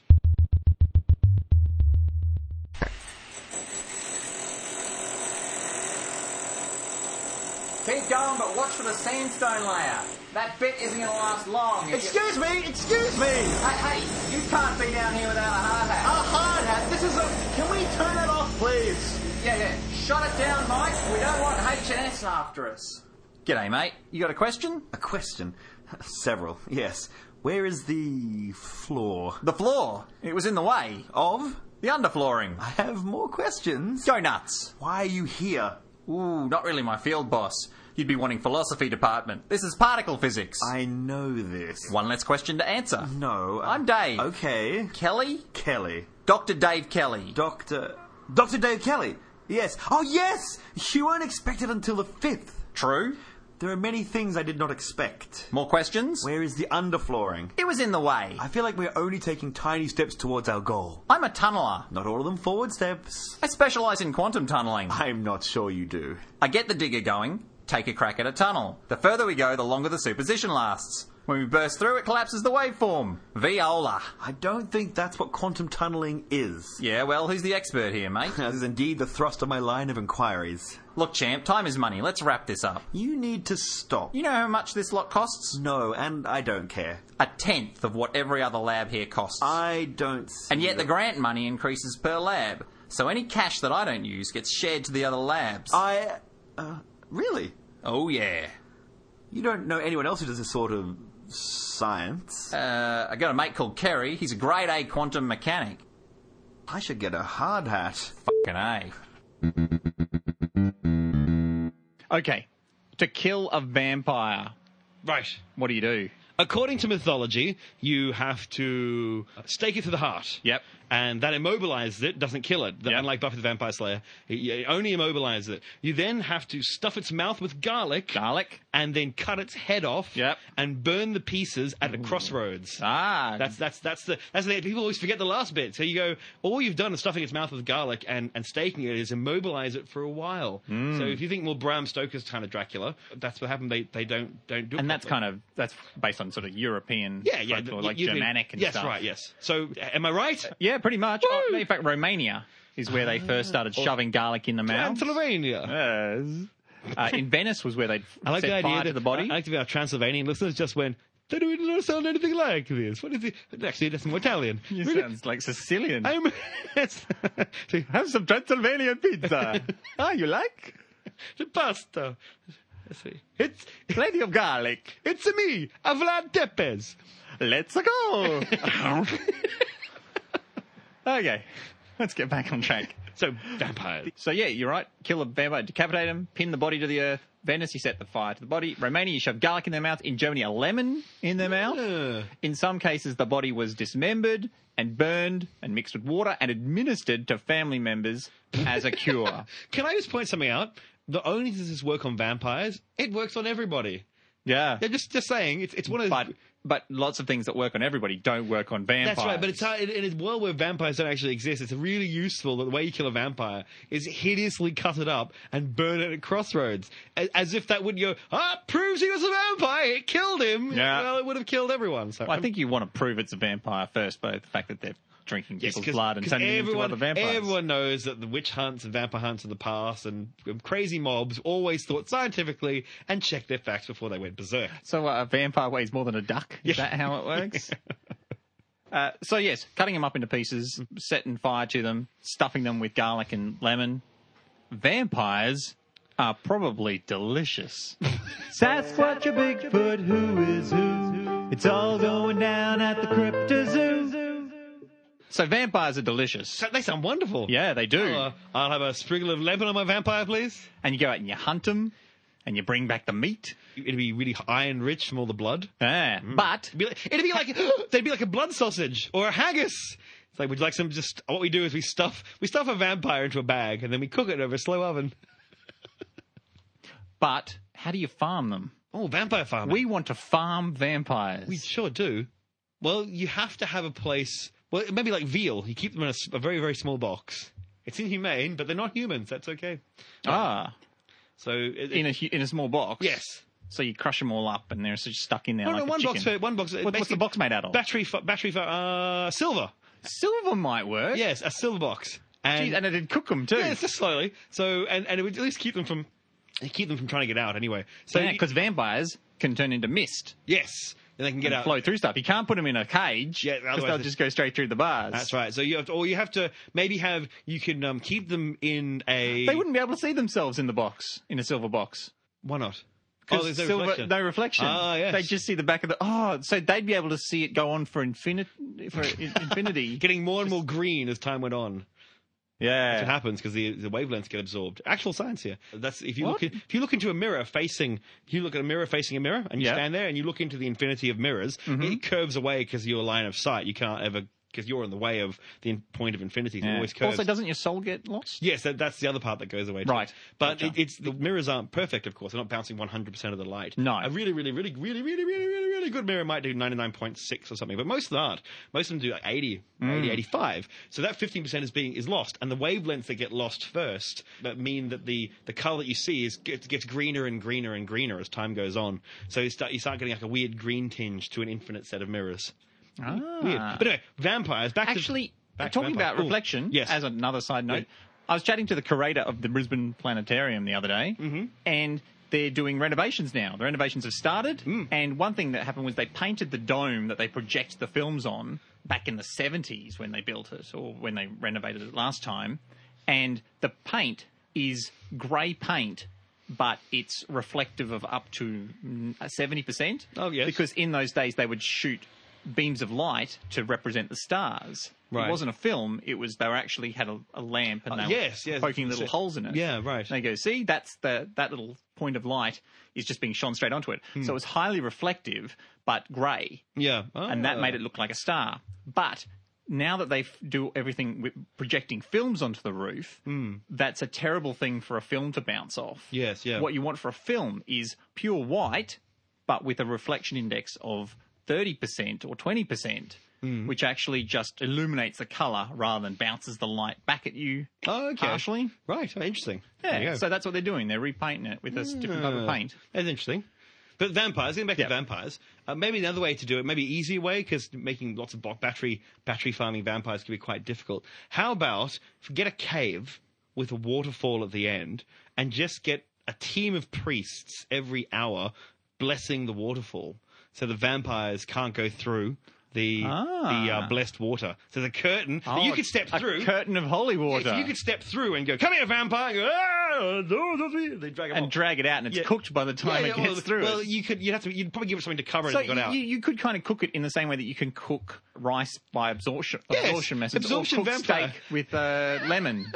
[SPEAKER 6] Keep going, but watch for the sandstone layer. That bit isn't going to last long. If you-
[SPEAKER 5] Excuse me, excuse me.
[SPEAKER 6] Hey, hey, you can't be down here without a hard
[SPEAKER 5] A
[SPEAKER 6] hat.
[SPEAKER 5] hard hat. This is a. Can we turn it off, please?
[SPEAKER 6] Yeah, yeah. Shut it down, Mike. We don't want H&S after us. G'day, mate. You got a question?
[SPEAKER 5] A question. Several, yes. Where is the floor?
[SPEAKER 6] The floor. It was in the way.
[SPEAKER 5] Of?
[SPEAKER 6] The underflooring.
[SPEAKER 5] I have more questions.
[SPEAKER 6] Go nuts.
[SPEAKER 5] Why are you here?
[SPEAKER 6] Ooh, not really my field boss. You'd be wanting philosophy department. This is particle physics.
[SPEAKER 5] I know this.
[SPEAKER 6] One less question to answer.
[SPEAKER 5] No. uh, oh.
[SPEAKER 6] I'm Dave.
[SPEAKER 5] Okay.
[SPEAKER 6] Kelly?
[SPEAKER 5] Kelly.
[SPEAKER 6] Dr. Dave Kelly.
[SPEAKER 5] Dr. Dr. Dave Kelly. Yes. Oh, yes! You weren't expected until the 5th.
[SPEAKER 6] True.
[SPEAKER 5] There are many things I did not expect.
[SPEAKER 6] More questions?
[SPEAKER 5] Where is the underflooring?
[SPEAKER 6] It was in the way.
[SPEAKER 5] I feel like we're only taking tiny steps towards our goal.
[SPEAKER 6] I'm a tunneler.
[SPEAKER 5] Not all of them forward steps.
[SPEAKER 6] I specialise in quantum tunneling.
[SPEAKER 5] I'm not sure you do.
[SPEAKER 6] I get the digger going, take a crack at a tunnel. The further we go, the longer the superposition lasts. When we burst through, it collapses the waveform. Viola.
[SPEAKER 5] I don't think that's what quantum tunneling is.
[SPEAKER 6] Yeah, well, who's the expert here, mate?
[SPEAKER 5] That is indeed the thrust of my line of inquiries.
[SPEAKER 6] Look, champ, time is money. Let's wrap this up.
[SPEAKER 5] You need to stop.
[SPEAKER 6] You know how much this lot costs?
[SPEAKER 5] No, and I don't care.
[SPEAKER 6] A tenth of what every other lab here costs.
[SPEAKER 5] I don't. See
[SPEAKER 6] and yet the
[SPEAKER 5] it.
[SPEAKER 6] grant money increases per lab. So any cash that I don't use gets shared to the other labs.
[SPEAKER 5] I. Uh, really?
[SPEAKER 6] oh, yeah.
[SPEAKER 5] You don't know anyone else who does this sort of science.
[SPEAKER 6] Uh, I got a mate called Kerry. He's a grade A quantum mechanic.
[SPEAKER 5] I should get a hard hat.
[SPEAKER 6] Fucking A.
[SPEAKER 2] Okay, to kill a vampire,
[SPEAKER 3] Right.
[SPEAKER 2] what do you do?
[SPEAKER 3] According to mythology, you have to stake it through the heart.
[SPEAKER 2] Yep.
[SPEAKER 3] and that immobilizes it, doesn't kill it.
[SPEAKER 2] Yeah.
[SPEAKER 3] Unlike Buffy the Vampire Slayer, it, it only immobilizes it. You then have to stuff its mouth with garlic,
[SPEAKER 2] Garlic.
[SPEAKER 3] and then cut its head off,
[SPEAKER 2] Yep.
[SPEAKER 3] and burn the pieces at a crossroads.
[SPEAKER 2] Ah,
[SPEAKER 3] That's that's that's the that's the people always forget the last bit. So you go, all you've done is stuffing its mouth with garlic and, and staking it is immobilize it for a while.
[SPEAKER 2] Mm.
[SPEAKER 3] So if you think, well, Bram Stoker's kind of Dracula, that's what happened. They they don't don't do it.
[SPEAKER 2] and that's
[SPEAKER 3] properly.
[SPEAKER 2] kind of that's based on sort of European,
[SPEAKER 3] yeah yeah
[SPEAKER 2] folklore,
[SPEAKER 3] you-
[SPEAKER 2] like
[SPEAKER 3] you've been-
[SPEAKER 2] Germanic and
[SPEAKER 3] yes,
[SPEAKER 2] stuff.
[SPEAKER 3] right yes. So a- am I right?
[SPEAKER 2] Yeah, pretty much. Oh, in fact, Romania is where they
[SPEAKER 3] Ah.
[SPEAKER 2] first started shoving garlic in the mouth.
[SPEAKER 3] Transylvania.
[SPEAKER 2] Yes. Uh, in Venice was where they
[SPEAKER 3] I like
[SPEAKER 2] set
[SPEAKER 3] the idea
[SPEAKER 2] fire
[SPEAKER 3] that
[SPEAKER 2] to the body.
[SPEAKER 3] I like to be our Transylvanian listeners just went. They don't even sound anything like this. What is it? Actually, that's more Italian.
[SPEAKER 2] you
[SPEAKER 3] Really?
[SPEAKER 2] sounds like Sicilian.
[SPEAKER 3] I'm. So you have
[SPEAKER 2] some Transylvanian pizza. ah, you like?
[SPEAKER 3] the pasta. Let's see. It's
[SPEAKER 2] Plenty of garlic.
[SPEAKER 3] It's me, Vlad Tepes.
[SPEAKER 2] Let's go. okay, let's get back on track.
[SPEAKER 3] So vampires.
[SPEAKER 2] So yeah, you're right. Kill a vampire, decapitate him, pin the body to the earth. Venice, you set the fire to the body. Romania, you shove garlic in their mouth. In Germany, a lemon in their
[SPEAKER 3] Uh,
[SPEAKER 2] mouth. In some cases, the body was dismembered and burned and mixed with water and administered to family members as a cure.
[SPEAKER 3] Can I just point something out? Not only does this work on vampires, it works on everybody.
[SPEAKER 2] yeah,
[SPEAKER 3] They're just just saying it's it's one of those.
[SPEAKER 2] but but lots of things that work on everybody don't work on vampires.
[SPEAKER 3] that's right, but it's hard- in in a world where vampires don't actually exist. It's really useful that the way you kill a vampire is hideously cut it up and burn it at crossroads, as, as if that would go ah proves he was a vampire. It killed him.
[SPEAKER 2] Yeah.
[SPEAKER 3] Well, it would have killed everyone. So
[SPEAKER 2] Well, I think you want to prove it's a vampire first by the fact that they're drinking
[SPEAKER 3] Yes,
[SPEAKER 2] people's
[SPEAKER 3] 'cause-
[SPEAKER 2] blood and
[SPEAKER 3] 'cause
[SPEAKER 2] turning them into
[SPEAKER 3] everyone-
[SPEAKER 2] other vampires.
[SPEAKER 3] Everyone knows that the witch hunts and vampire hunts of the past and crazy mobs always thought scientifically and checked their facts before they went berserk.
[SPEAKER 2] So uh, a vampire weighs more than a duck. Is that how it works? Uh, so yes, cutting them up into pieces, setting fire to them, stuffing them with garlic and lemon. Vampires are probably delicious. Sasquatch, a Bigfoot, who is who? It's all going down at the Crypto Zoo. So vampires are delicious.
[SPEAKER 3] So they sound wonderful.
[SPEAKER 2] Yeah, they do.
[SPEAKER 3] Uh, I'll have a sprinkle of lemon on my vampire, please.
[SPEAKER 2] and you go out and you hunt them, and you bring back the meat.
[SPEAKER 3] It'd be really iron rich from all the blood.
[SPEAKER 2] Ah, But
[SPEAKER 3] It'd be like, it'd be like they'd be like a blood sausage or a haggis. It's like would you like some? Just what we do is we stuff we stuff a vampire into a bag and then we cook it over a slow oven.
[SPEAKER 2] but how do you farm them?
[SPEAKER 3] Oh, vampire farm.
[SPEAKER 2] We want to farm vampires.
[SPEAKER 3] We sure do. Well, you have to have a place. Well, maybe like veal. You keep them in a, s- a very, very small box. It's inhumane, but they're not humans. That's okay.
[SPEAKER 2] ah,
[SPEAKER 3] So it,
[SPEAKER 2] in a hu- in a small box.
[SPEAKER 3] yes.
[SPEAKER 2] So you crush them all up, and they're just stuck in there
[SPEAKER 3] No,
[SPEAKER 2] like
[SPEAKER 3] no,
[SPEAKER 2] a
[SPEAKER 3] one box
[SPEAKER 2] chicken.
[SPEAKER 3] for one box. uh,
[SPEAKER 2] What- what's the
[SPEAKER 3] basically
[SPEAKER 2] box made out of?
[SPEAKER 3] Battery, for, battery for uh, silver.
[SPEAKER 2] Silver might work.
[SPEAKER 3] Yes, a silver box. And,
[SPEAKER 2] Jeez, and it'd cook them too.
[SPEAKER 3] yeah, it's just slowly. So and and it would at least keep them from keep them from trying to get out anyway. So you-
[SPEAKER 2] because vampires can turn into mist
[SPEAKER 3] yes, then they can get
[SPEAKER 2] and
[SPEAKER 3] out.
[SPEAKER 2] flow through stuff. You can't put them in a cage
[SPEAKER 3] Yeah,
[SPEAKER 2] because
[SPEAKER 3] otherwise
[SPEAKER 2] they'll
[SPEAKER 3] they-
[SPEAKER 2] just go straight through the bars.
[SPEAKER 3] That's right. So you have to, or you have to maybe have you can um, keep them in a.
[SPEAKER 2] They wouldn't be able to see themselves in the box in a silver box.
[SPEAKER 3] Why not? Oh,
[SPEAKER 2] 'Cause
[SPEAKER 3] there's no
[SPEAKER 2] silver,
[SPEAKER 3] reflection.
[SPEAKER 2] no reflection.
[SPEAKER 3] Ah, yes.
[SPEAKER 2] They just see the back of the. Oh, so they'd be able to see it go on for infinity. For in- infinity.
[SPEAKER 3] getting more and more green as time went on. That's what
[SPEAKER 2] yeah.
[SPEAKER 3] happens because the, the wavelengths get absorbed. Actual science here. That's if you
[SPEAKER 2] What?
[SPEAKER 3] look in, if you look into a mirror facing if you look at a mirror facing a mirror and you
[SPEAKER 2] Yeah. Mm-hmm.
[SPEAKER 3] stand there and you look into the infinity of mirrors, it curves away because of your line of sight. You can't ever because you're in the way of the in- point of infinity. It
[SPEAKER 2] Yeah.
[SPEAKER 3] always curves.
[SPEAKER 2] Also, doesn't your soul get lost?
[SPEAKER 3] Yes, that, that's the other part that goes away. too.
[SPEAKER 2] Right.
[SPEAKER 3] But
[SPEAKER 2] Gotcha.
[SPEAKER 3] it, it's the mirrors aren't perfect, of course. They're not bouncing 100% of the light.
[SPEAKER 2] No.
[SPEAKER 3] A really, really, really, really, really, really, really, really good mirror might do 99.6 or something, but most of them aren't. Most of them do like 80,
[SPEAKER 2] Mm.
[SPEAKER 3] 80, 85. So that 15% is being is lost, and the wavelengths that get lost first that mean that the the color that you see is gets, gets greener and greener and greener as time goes on. So you start you start getting like a weird green tinge to an infinite set of mirrors.
[SPEAKER 2] Ah.
[SPEAKER 3] Weird. But anyway, vampires. Back
[SPEAKER 2] Actually,
[SPEAKER 3] to, back to
[SPEAKER 2] talking
[SPEAKER 3] vampire.
[SPEAKER 2] about
[SPEAKER 3] Ooh.
[SPEAKER 2] reflection,
[SPEAKER 3] Yes.
[SPEAKER 2] as another side note,
[SPEAKER 3] Yeah.
[SPEAKER 2] I was chatting to the curator of the Brisbane Planetarium the other day,
[SPEAKER 3] Mm-hmm.
[SPEAKER 2] and they're doing renovations now. The renovations have started,
[SPEAKER 3] Mm.
[SPEAKER 2] and one thing that happened was they painted the dome that they project the films on back in the 70s when they built it or when they renovated it last time, and the paint is grey paint. But it's reflective of up to seventy percent.
[SPEAKER 3] Oh, yes.
[SPEAKER 2] because in those days they would shoot beams of light to represent the stars.
[SPEAKER 3] Right. Uh,
[SPEAKER 2] It wasn't a film. It was they were actually had a, a lamp and they were
[SPEAKER 3] yes, yes,
[SPEAKER 2] poking
[SPEAKER 3] that's
[SPEAKER 2] little
[SPEAKER 3] it.
[SPEAKER 2] holes in it.
[SPEAKER 3] Yeah, right.
[SPEAKER 2] And they go, see, that's the that little point of light is just being shone straight onto it.
[SPEAKER 3] Hmm.
[SPEAKER 2] So it's highly reflective but grey,
[SPEAKER 3] yeah,
[SPEAKER 2] and that
[SPEAKER 3] Ah.
[SPEAKER 2] made it look like a star. But now that they f- do everything with projecting films onto the roof, that's a terrible thing for a film to bounce off.
[SPEAKER 3] Yes, Hmm. yeah.
[SPEAKER 2] What you want for a film is pure white, but with a reflection index of 30% or 20%,
[SPEAKER 3] Hmm.
[SPEAKER 2] which actually just illuminates the color rather than bounces the light back at you
[SPEAKER 3] Oh, okay.
[SPEAKER 2] harshly.
[SPEAKER 3] Right. Oh, interesting. There you
[SPEAKER 2] Yeah,
[SPEAKER 3] go.
[SPEAKER 2] so that's what they're doing. They're repainting it with a s- different type of paint.
[SPEAKER 3] That's interesting. But vampires, getting back
[SPEAKER 2] Yeah.
[SPEAKER 3] to vampires, uh, maybe another way to do it, maybe an easier way, because making lots of block battery battery farming vampires can be quite difficult. How about get a cave with a waterfall at the end, and just get a team of priests every hour blessing the waterfall, so the vampires can't go through the the uh, blessed water. So the curtain that you
[SPEAKER 2] Ah. Oh,
[SPEAKER 3] could step
[SPEAKER 2] a
[SPEAKER 3] through.
[SPEAKER 2] curtain of holy water.
[SPEAKER 3] if you could step through and go, come here, vampire! And, go, "Ah, no, no, no," they drag them
[SPEAKER 2] and
[SPEAKER 3] off.
[SPEAKER 2] drag it out, and it's
[SPEAKER 3] Yeah.
[SPEAKER 2] cooked by the time
[SPEAKER 3] Yeah,
[SPEAKER 2] it
[SPEAKER 3] yeah,
[SPEAKER 2] gets
[SPEAKER 3] well,
[SPEAKER 2] through.
[SPEAKER 3] Well,
[SPEAKER 2] us.
[SPEAKER 3] you could. You'd have to. You'd probably give it something to cover
[SPEAKER 2] so
[SPEAKER 3] it and got out.
[SPEAKER 2] you, you could kind of cook it in the same way that you can cook rice by absorption,
[SPEAKER 3] Yes,
[SPEAKER 2] absorption methods,
[SPEAKER 3] absorption
[SPEAKER 2] or cook
[SPEAKER 3] vampire.
[SPEAKER 2] steak with uh, lemon.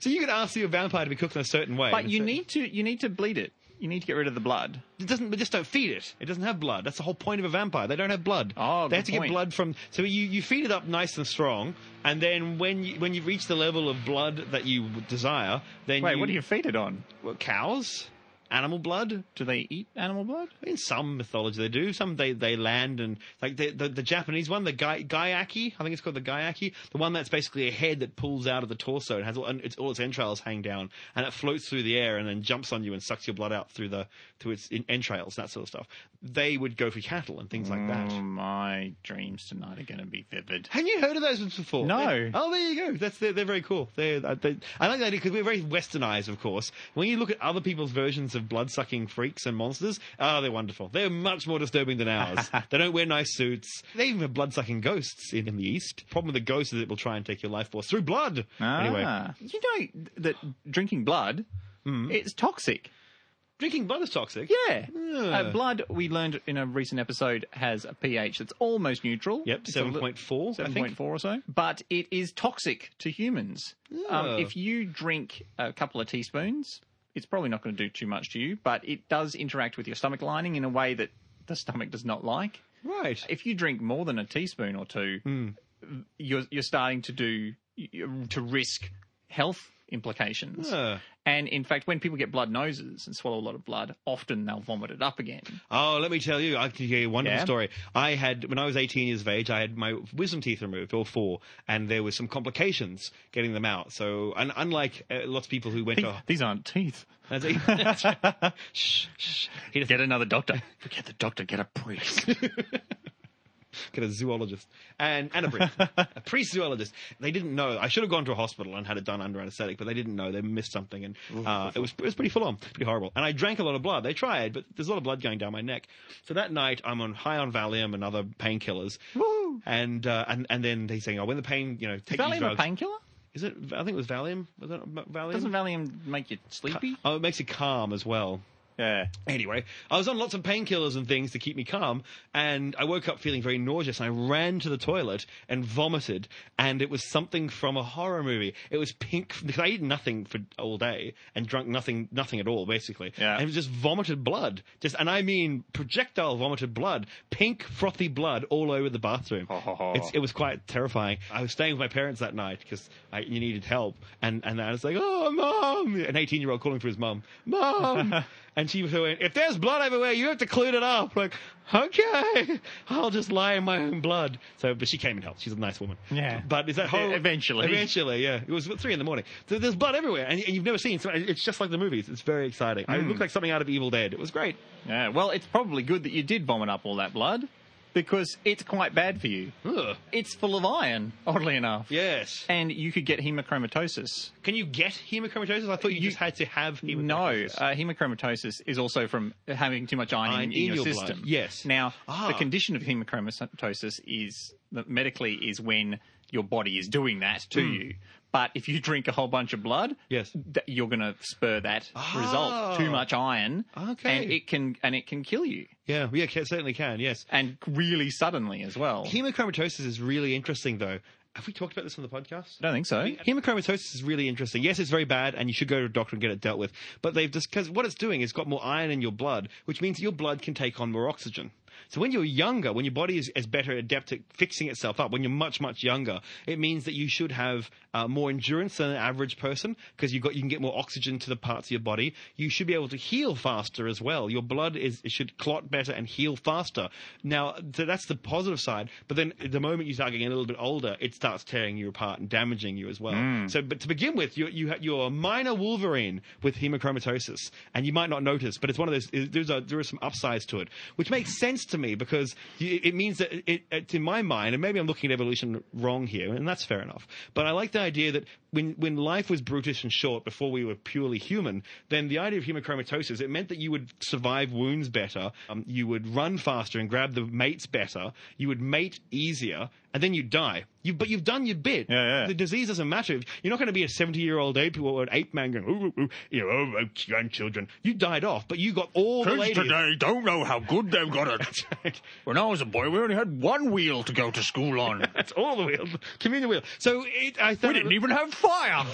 [SPEAKER 3] so you could ask your vampire to be cooked in a certain way.
[SPEAKER 2] but
[SPEAKER 3] and
[SPEAKER 2] you
[SPEAKER 3] so-
[SPEAKER 2] need to you need to bleed it. You need to get rid of the blood.
[SPEAKER 3] It doesn't. But just don't feed it. It doesn't have blood. That's the whole point of a vampire. They don't have blood.
[SPEAKER 2] Oh,
[SPEAKER 3] they
[SPEAKER 2] good
[SPEAKER 3] have to
[SPEAKER 2] point.
[SPEAKER 3] get blood from. So you, you feed it up nice and strong, and then when you, when you reach the level of blood that you desire, then
[SPEAKER 2] Wait,
[SPEAKER 3] you,
[SPEAKER 2] what do you feed it on?
[SPEAKER 3] well, cows, animal blood.
[SPEAKER 2] Do they eat animal blood?
[SPEAKER 3] In some mythology, they do. Some they, they land and like the the, the Japanese one, the gai, gaiaki. I think it's called the gaiaki. The one that's basically a head that pulls out of the torso and has all, and it's, all its entrails hang down, and it floats through the air and then jumps on you and sucks your blood out through the through its in, entrails, that sort of stuff. They would go for cattle and things like
[SPEAKER 2] Oh,
[SPEAKER 3] that.
[SPEAKER 2] my dreams tonight are going to be vivid.
[SPEAKER 3] Have you heard of those ones before?
[SPEAKER 2] No.
[SPEAKER 3] They- oh, there you go. That's they're, they're very cool. They, uh, they, I like that because we're very westernized, of course. When you look at other people's versions of blood-sucking freaks and monsters, oh, they're wonderful. They're much more disturbing than ours. they don't wear nice suits. They even have blood-sucking ghosts in, in the East. Problem with the ghost is it will try and take your life force through blood. Anyway,
[SPEAKER 2] Ah. you know th- that drinking blood,
[SPEAKER 3] Hmm.
[SPEAKER 2] it's toxic.
[SPEAKER 3] drinking blood is toxic.
[SPEAKER 2] Yeah. Uh, blood, we learned in a recent episode, has a pH that's almost neutral.
[SPEAKER 3] Yep,
[SPEAKER 2] It's a li-
[SPEAKER 3] 7.4, I think.
[SPEAKER 2] 7.4 or so. But it is toxic to humans. Um, if you drink a couple of teaspoons, it's probably not going to do too much to you, but it does interact with your stomach lining in a way that the stomach does not like.
[SPEAKER 3] Right.
[SPEAKER 2] If you drink more than a teaspoon or two, you're, you're starting to do, you- to risk health implications.
[SPEAKER 3] Yeah.
[SPEAKER 2] And in fact, when people get blood noses and swallow a lot of blood, often they'll vomit it up again.
[SPEAKER 3] Oh, let me tell you, I can tell you a wonderful
[SPEAKER 2] Yeah?
[SPEAKER 3] story. I had when I was 18 years of age, I had my wisdom teeth removed, all four, and there was some complications getting them out. So, and unlike uh, lots of people who went
[SPEAKER 2] These,
[SPEAKER 3] to
[SPEAKER 2] these aren't teeth.
[SPEAKER 3] That's it. shh, shh, He
[SPEAKER 2] Get another doctor. Forget the doctor, get a priest.
[SPEAKER 3] get a zoologist and, and a priest, a priest zoologist. They didn't know. I should have gone to a hospital and had it done under anaesthetic, but they didn't know. They missed something, and uh, it was it was pretty full on, pretty horrible. And I drank a lot of blood. They tried, but there's a lot of blood going down my neck. So that night, I'm on high on Valium and other painkillers, and uh, and and then they saying, oh, when the pain, you know, take these
[SPEAKER 2] Valium a
[SPEAKER 3] drugs.
[SPEAKER 2] painkiller?
[SPEAKER 3] Is it? I think it was Valium. Was it Valium?
[SPEAKER 2] Doesn't Valium make you sleepy?
[SPEAKER 3] Oh, it makes you calm as well.
[SPEAKER 2] Yeah.
[SPEAKER 3] Anyway, I was on lots of painkillers and things to keep me calm, and I woke up feeling very nauseous. And I ran to the toilet and vomited, and it was something from a horror movie. It was pink because I eat nothing for all day and drunk nothing, nothing at all, basically.
[SPEAKER 2] Yeah.
[SPEAKER 3] And it was just vomited blood, just and I mean projectile vomited blood, pink frothy blood all over the bathroom.
[SPEAKER 2] Oh.
[SPEAKER 3] it's, it was quite terrifying. I was staying with my parents that night because you needed help, and and I was like, oh mom, an eighteen year old calling for his mum, mom. And she was going, if there's blood everywhere, you have to clean it up. Like, okay, I'll just lie in my own blood. So, but she came and helped. She's a nice woman.
[SPEAKER 2] Yeah. E-,
[SPEAKER 3] But is that whole,
[SPEAKER 2] Eventually.
[SPEAKER 3] Eventually, yeah. It was at three in the morning. So there's blood everywhere, and, and you've never seen. So it's just like the movies. It's very exciting. I
[SPEAKER 2] Hmm.
[SPEAKER 3] looked like something out of Evil Dead. It was great.
[SPEAKER 2] Yeah. Well, it's probably good that you did vomit up all that blood because it's quite bad for you.
[SPEAKER 3] Ugh.
[SPEAKER 2] It's full of iron, oddly enough.
[SPEAKER 3] Yes.
[SPEAKER 2] And you could get hemochromatosis.
[SPEAKER 3] Can you get hemochromatosis? I thought you,
[SPEAKER 2] You-
[SPEAKER 3] just had to have
[SPEAKER 2] No, uh,
[SPEAKER 3] hemochromatosis.
[SPEAKER 2] hemochromatosis is also from having too much iron,
[SPEAKER 3] Iron
[SPEAKER 2] in, in
[SPEAKER 3] in
[SPEAKER 2] your,
[SPEAKER 3] your blood,
[SPEAKER 2] system.
[SPEAKER 3] yes.
[SPEAKER 2] Now,
[SPEAKER 3] Ah.
[SPEAKER 2] the condition of hemochromatosis is that medically is when your body is doing that to you. But if you drink a whole bunch of blood,
[SPEAKER 3] Hmm. Yes. Ah.
[SPEAKER 2] th- you're going to spur that result. Too much iron,
[SPEAKER 3] Okay.
[SPEAKER 2] and it can and it can kill you,
[SPEAKER 3] Yeah, yeah, ca- certainly can. Yes.
[SPEAKER 2] and really suddenly as well.
[SPEAKER 3] Hemochromatosis is really interesting, though. Have we talked about this on the podcast?
[SPEAKER 2] I don't think so.
[SPEAKER 3] Hemochromatosis is really interesting. Yes, it's very bad, and you should go to a doctor and get it dealt with. But they've just because what it's doing is got more iron in your blood, which means your blood can take on more oxygen. So when you're younger, when your body is, is better adept at fixing itself up, when you're much much younger, it means that you should have uh, more endurance than an average person because you got you can get more oxygen to the parts of your body. You should be able to heal faster as well. Your blood is it should clot better and heal faster. Now so that's the positive side. But then the moment you start getting a little bit older, it starts tearing you apart and damaging you as well. So, but to begin with, you you ha- you're a minor Wolverine with hemochromatosis, and you might not notice, but it's one of those. it- There's a, there are some upsides to it, which makes sense to me because you, it means that it, it, in my mind, and maybe I'm looking at evolution wrong here, and that's fair enough. But I like the idea that when when life was brutish and short before we were purely human, then the idea of hemochromatosis it meant that you would survive wounds better, um, you would run faster and grab the mates better, you would mate easier, and then you die. You, but you've done your bit.
[SPEAKER 7] Yeah, yeah.
[SPEAKER 3] The disease doesn't matter. You're not going to be a 70 year old ape or an ape man going, ooh, ooh, ooh, you know, oh, oh, grandchildren. You died off, but you got all the
[SPEAKER 7] Kids
[SPEAKER 3] ladies.
[SPEAKER 7] today don't know how good they've got it. when I was a boy, we only had one wheel to go to school on.
[SPEAKER 3] That's all the wheel, communion wheel. So it, I thought
[SPEAKER 7] we didn't even have fire.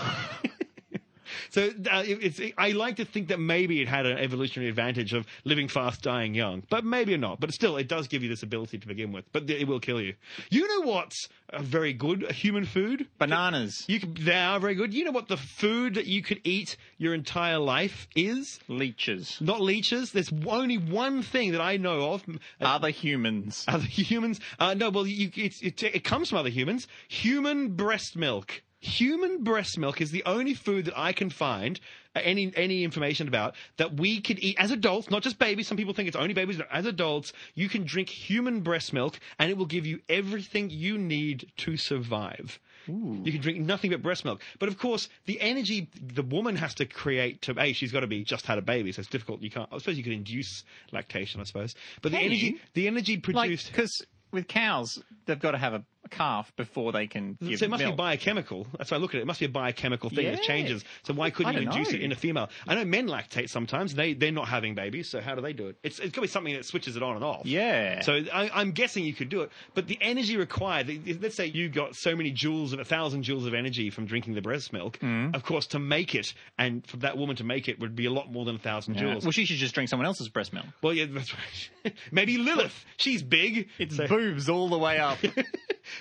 [SPEAKER 3] So uh, it- it's, I like to think that maybe it had an evolutionary advantage of living fast, dying young, but maybe not. But still, it does give you this ability to begin with. But it will kill you. You know what's a very good human food?
[SPEAKER 2] Bananas.
[SPEAKER 3] You can, they are very good. You know what the food that you could eat your entire life is?
[SPEAKER 2] Leeches.
[SPEAKER 3] Not leeches. There's only one thing that I know of. Uh,
[SPEAKER 2] Other humans.
[SPEAKER 3] other humans? Uh, no, well, you, it's it, it comes from other humans. Human breast milk. Human breast milk is the only food that I can find uh, any any information about that we could eat as adults, not just babies. Some people think it's only babies. But as adults, you can drink human breast milk, and it will give you everything you need to survive. You can drink nothing but breast milk. But of course, the energy the woman has to create to a she's got to be just had a baby, so it's difficult. You can't. I suppose you could induce lactation. I suppose, but the
[SPEAKER 2] Can you?
[SPEAKER 3] energy the energy
[SPEAKER 2] Like,
[SPEAKER 3] produced.
[SPEAKER 2] because with cows, they've got to have a calf before they can give
[SPEAKER 3] so it must
[SPEAKER 2] milk.
[SPEAKER 3] be biochemical. That's why I look at it. It must be a biochemical thing that
[SPEAKER 2] Yeah.
[SPEAKER 3] changes. So why couldn't
[SPEAKER 2] I
[SPEAKER 3] you
[SPEAKER 2] don't
[SPEAKER 3] induce
[SPEAKER 2] know.
[SPEAKER 3] it in a female? I know men lactate sometimes. They they're not having babies, so how do they do it? It's it's got to be something that switches it on and off.
[SPEAKER 2] Yeah.
[SPEAKER 3] So I, I'm guessing you could do it, but the energy required. the- the- Let's say you got so many joules of a thousand joules of energy from drinking the breast milk.
[SPEAKER 2] Mm.
[SPEAKER 3] Of course, to make it and for that woman to make it would be a lot more than a thousand
[SPEAKER 2] Yeah.
[SPEAKER 3] joules.
[SPEAKER 2] Well, she should just drink someone else's breast milk.
[SPEAKER 3] Well, yeah, that's right. Maybe Lilith. She's big.
[SPEAKER 2] It's
[SPEAKER 3] so-
[SPEAKER 2] boobs all the way up.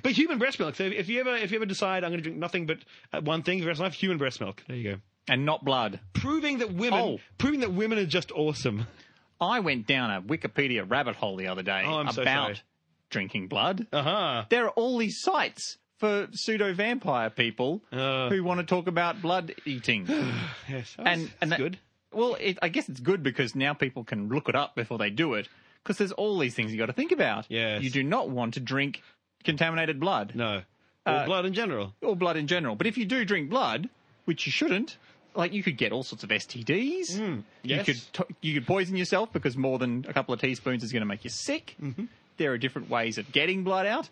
[SPEAKER 3] but human breast milk. So if you ever if you ever decide I'm going to drink nothing but uh, one thing for the rest of my life, human breast milk. There you go.
[SPEAKER 2] and not blood.
[SPEAKER 3] Proving that women,
[SPEAKER 2] Oh.
[SPEAKER 3] proving that women are just awesome.
[SPEAKER 2] I went down a Wikipedia rabbit hole the other day
[SPEAKER 3] Oh, I'm
[SPEAKER 2] about
[SPEAKER 3] so sorry.
[SPEAKER 2] drinking blood.
[SPEAKER 3] Uh huh.
[SPEAKER 2] there are all these sites for pseudo vampire people
[SPEAKER 3] Uh.
[SPEAKER 2] who want to talk about blood eating.
[SPEAKER 3] Yes.
[SPEAKER 2] and uh,
[SPEAKER 3] that's,
[SPEAKER 2] and that-
[SPEAKER 3] good.
[SPEAKER 2] Well, it, I guess it's good because now people can look it up before they do it because there's all these things you got to think about.
[SPEAKER 3] Yes.
[SPEAKER 2] You do not want to drink contaminated blood
[SPEAKER 3] No. Or
[SPEAKER 2] Uh,
[SPEAKER 3] blood in general.
[SPEAKER 2] or blood in general. But if you do drink blood, which you shouldn't, like you could get all sorts of STDs.
[SPEAKER 3] yes.
[SPEAKER 2] You could to- you could poison yourself because more than a couple of teaspoons is going to make you sick. There are different ways of getting blood out.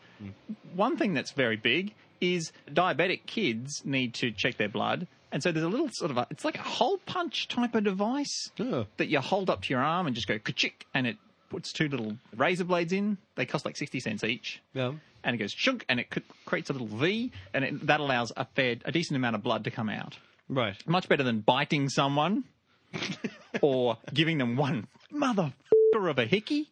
[SPEAKER 2] One thing that's very big is diabetic kids need to check their blood. And so there's a little sort of a, it's like a hole punch type of device
[SPEAKER 3] Oh.
[SPEAKER 2] that you hold up to your arm and just go ka-chick and it puts two little razor blades in. They cost like 60 cents each
[SPEAKER 3] Yeah.
[SPEAKER 2] and it goes chunk, and it c- creates a little V, and it, that allows a fair, a decent amount of blood to come out.
[SPEAKER 3] Right.
[SPEAKER 2] Much better than biting someone or giving them one motherfucker of a hickey.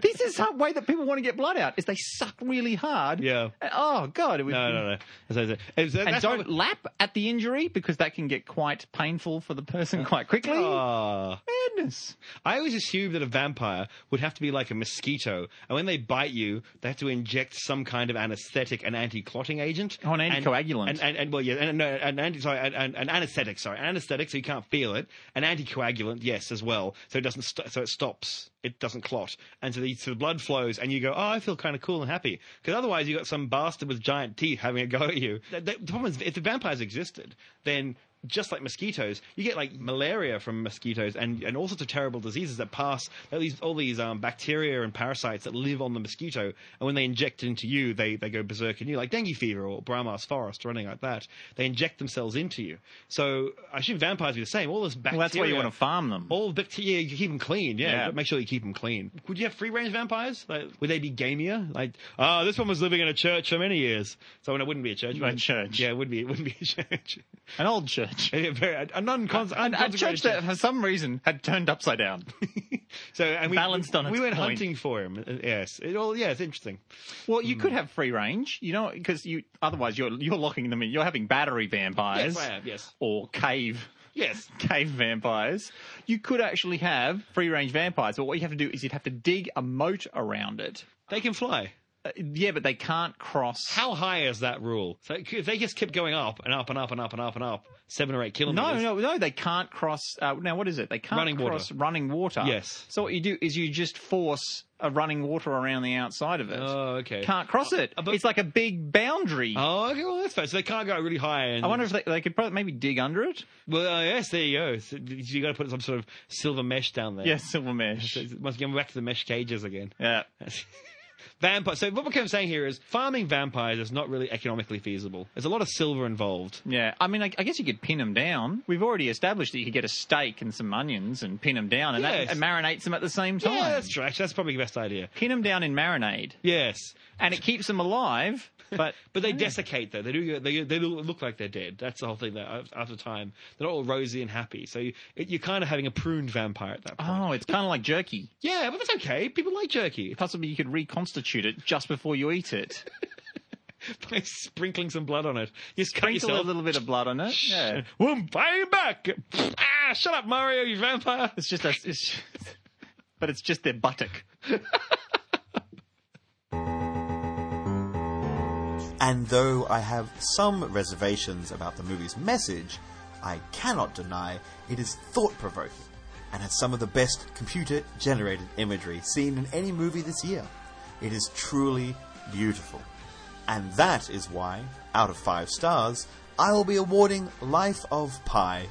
[SPEAKER 2] This is the way that people want to get blood out: is they suck really hard.
[SPEAKER 3] Yeah.
[SPEAKER 2] And- Oh God! It would,
[SPEAKER 3] No, no, no. As I said, it's-
[SPEAKER 2] And
[SPEAKER 3] that's why-
[SPEAKER 2] don't lap at the injury because that can get quite painful for the person quite quickly.
[SPEAKER 3] Ah.
[SPEAKER 2] Madness.
[SPEAKER 3] I always assumed that a vampire would have to be like a mosquito, and when they bite you, they have to inject some kind of anesthetic, an anti-clotting agent,
[SPEAKER 2] Oh, an
[SPEAKER 3] And-
[SPEAKER 2] anticoagulant.
[SPEAKER 3] and, and, and well, yeah, and, no, an anti, sorry, an, an, an anesthetic, sorry, an anesthetic, so you can't feel it, an anticoagulant, yes, as well, so it doesn't, st- so it stops, it doesn't clot, and so the, so the blood flows, and you go, oh, I feel kind of cool and happy, because otherwise you got some bastard with giant teeth having a go at you. The, the problem is, if the vampires existed, then just like mosquitoes, you get like malaria from mosquitoes and, and all sorts of terrible diseases that pass all these all these um, bacteria and parasites that live on the mosquito. And when they inject it into you, they, they go berserk in you, like dengue fever or Brahma's forest or anything like that. They inject themselves into you. So I assume vampires would be the same. All this bacteria.
[SPEAKER 2] Well, that's why you want to farm them.
[SPEAKER 3] All bacteria, you keep them clean. Yeah,
[SPEAKER 2] Yeah.
[SPEAKER 3] But make sure you keep them clean. Would you have free range vampires? Like, would they be gamier? Like, ah, this one was living in a church for many years, so it wouldn't be a church.
[SPEAKER 2] A church.
[SPEAKER 3] Yeah, it wouldn't be. It wouldn't be a church.
[SPEAKER 2] An old church.
[SPEAKER 3] A, very- a non
[SPEAKER 2] A church that, for some reason, had turned upside down.
[SPEAKER 3] So and we
[SPEAKER 2] Balanced on
[SPEAKER 3] We
[SPEAKER 2] its
[SPEAKER 3] went
[SPEAKER 2] point.
[SPEAKER 3] hunting for him. Uh, Yes, it all. Yeah, it's interesting.
[SPEAKER 2] Well, you
[SPEAKER 3] Hmm.
[SPEAKER 2] could have free range, you know, because you otherwise you're you're locking them in. You're having battery vampires,
[SPEAKER 3] Yes, I am, yes.
[SPEAKER 2] or cave
[SPEAKER 3] Yes.
[SPEAKER 2] cave vampires. You could actually have free range vampires, but what you have to do is you'd have to dig a moat around it.
[SPEAKER 3] They can fly.
[SPEAKER 2] Uh, yeah, but they can't cross.
[SPEAKER 3] How high is that rule? So if they just kept going up and up and up and up and up and up, seven or eight
[SPEAKER 2] No,
[SPEAKER 3] kilometers.
[SPEAKER 2] no, no. They can't cross. Uh, now, what is it? They can't
[SPEAKER 3] Running water.
[SPEAKER 2] cross running water.
[SPEAKER 3] Yes.
[SPEAKER 2] So what you do is you just force a running water around the outside of it.
[SPEAKER 3] Oh, okay.
[SPEAKER 2] Can't cross it.
[SPEAKER 3] but-
[SPEAKER 2] it's like a big boundary.
[SPEAKER 3] Oh, okay. Well, that's fair. So they can't go really high. And
[SPEAKER 2] I wonder if they, they could probably maybe dig under it.
[SPEAKER 3] Well, uh, yes, there you go. So you got to put some sort of silver mesh down there.
[SPEAKER 2] Yeah, silver mesh.
[SPEAKER 3] So it's- Once again, we're back to the mesh cages again.
[SPEAKER 2] Yeah.
[SPEAKER 3] Vampire. So what we're saying here is farming vampires is not really economically feasible. There's a lot of silver involved.
[SPEAKER 2] Yeah, I mean, I, I guess you could pin them down. We've already established that you could get a steak and some onions and pin them down, and
[SPEAKER 3] Yes.
[SPEAKER 2] that and marinates them at the same time.
[SPEAKER 3] Yeah, Oh, that's true. Actually, that's probably the best idea.
[SPEAKER 2] Pin them down in marinade,
[SPEAKER 3] Yes,
[SPEAKER 2] and it keeps them alive. But
[SPEAKER 3] but they desiccate though. They do. They they look like they're dead. That's the whole thing. That af- after time, they're not all rosy and happy. So you, you're kind of having a pruned vampire at that point.
[SPEAKER 2] oh, it's kind of like jerky.
[SPEAKER 3] Yeah, but that's okay. People like jerky
[SPEAKER 2] Possibly you could reconstitute it just before you eat it.
[SPEAKER 3] by sprinkling some blood on it. You sprinkle
[SPEAKER 2] Sprinkle a little bit of blood on it. Yeah,
[SPEAKER 3] Boom! Bang! Back! Ah! Shut up, Mario! You vampire!
[SPEAKER 2] it's just a. It's, but it's just their buttock.
[SPEAKER 8] And though I have some reservations about the movie's message, I cannot deny it is thought provoking and has some of the best computer generated imagery seen in any movie this year. It is truly beautiful. And that is why, out of five stars, I will be awarding Life of Pi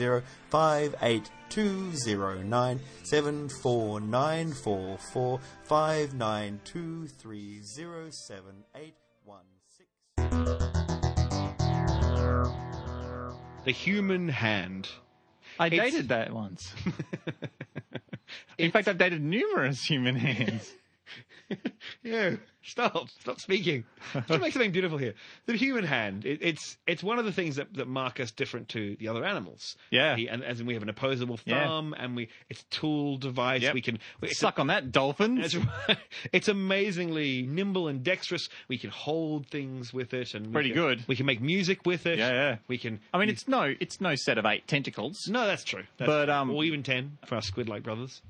[SPEAKER 8] 3.1415926535384693840682950297169393751058209 Two zero nine seven four nine four four five nine two three zero seven eight one six.
[SPEAKER 3] The human hand.
[SPEAKER 2] I dated that once. In fact, I've dated numerous human hands.
[SPEAKER 3] Yeah, stop, stop speaking. Try to make something beautiful here. The human hand. It, it's it's one of the things that, that mark us different to the other animals.
[SPEAKER 2] Yeah.
[SPEAKER 3] He- and as in we have an opposable
[SPEAKER 2] Yeah.
[SPEAKER 3] thumb, and we it's a tool device.
[SPEAKER 2] Yep.
[SPEAKER 3] We can we- it's a-
[SPEAKER 2] Suck on that, dolphin.
[SPEAKER 3] That's right. It's amazingly nimble and dexterous. We can hold things with it, and we
[SPEAKER 2] Pretty
[SPEAKER 3] can-
[SPEAKER 2] good.
[SPEAKER 3] We can make music with it.
[SPEAKER 2] Yeah, yeah.
[SPEAKER 3] We can.
[SPEAKER 2] I mean, it's no, it's no set of eight tentacles.
[SPEAKER 3] no, that's true. That's
[SPEAKER 2] But,
[SPEAKER 3] true.
[SPEAKER 2] um,
[SPEAKER 3] or even ten for our squid-like brothers.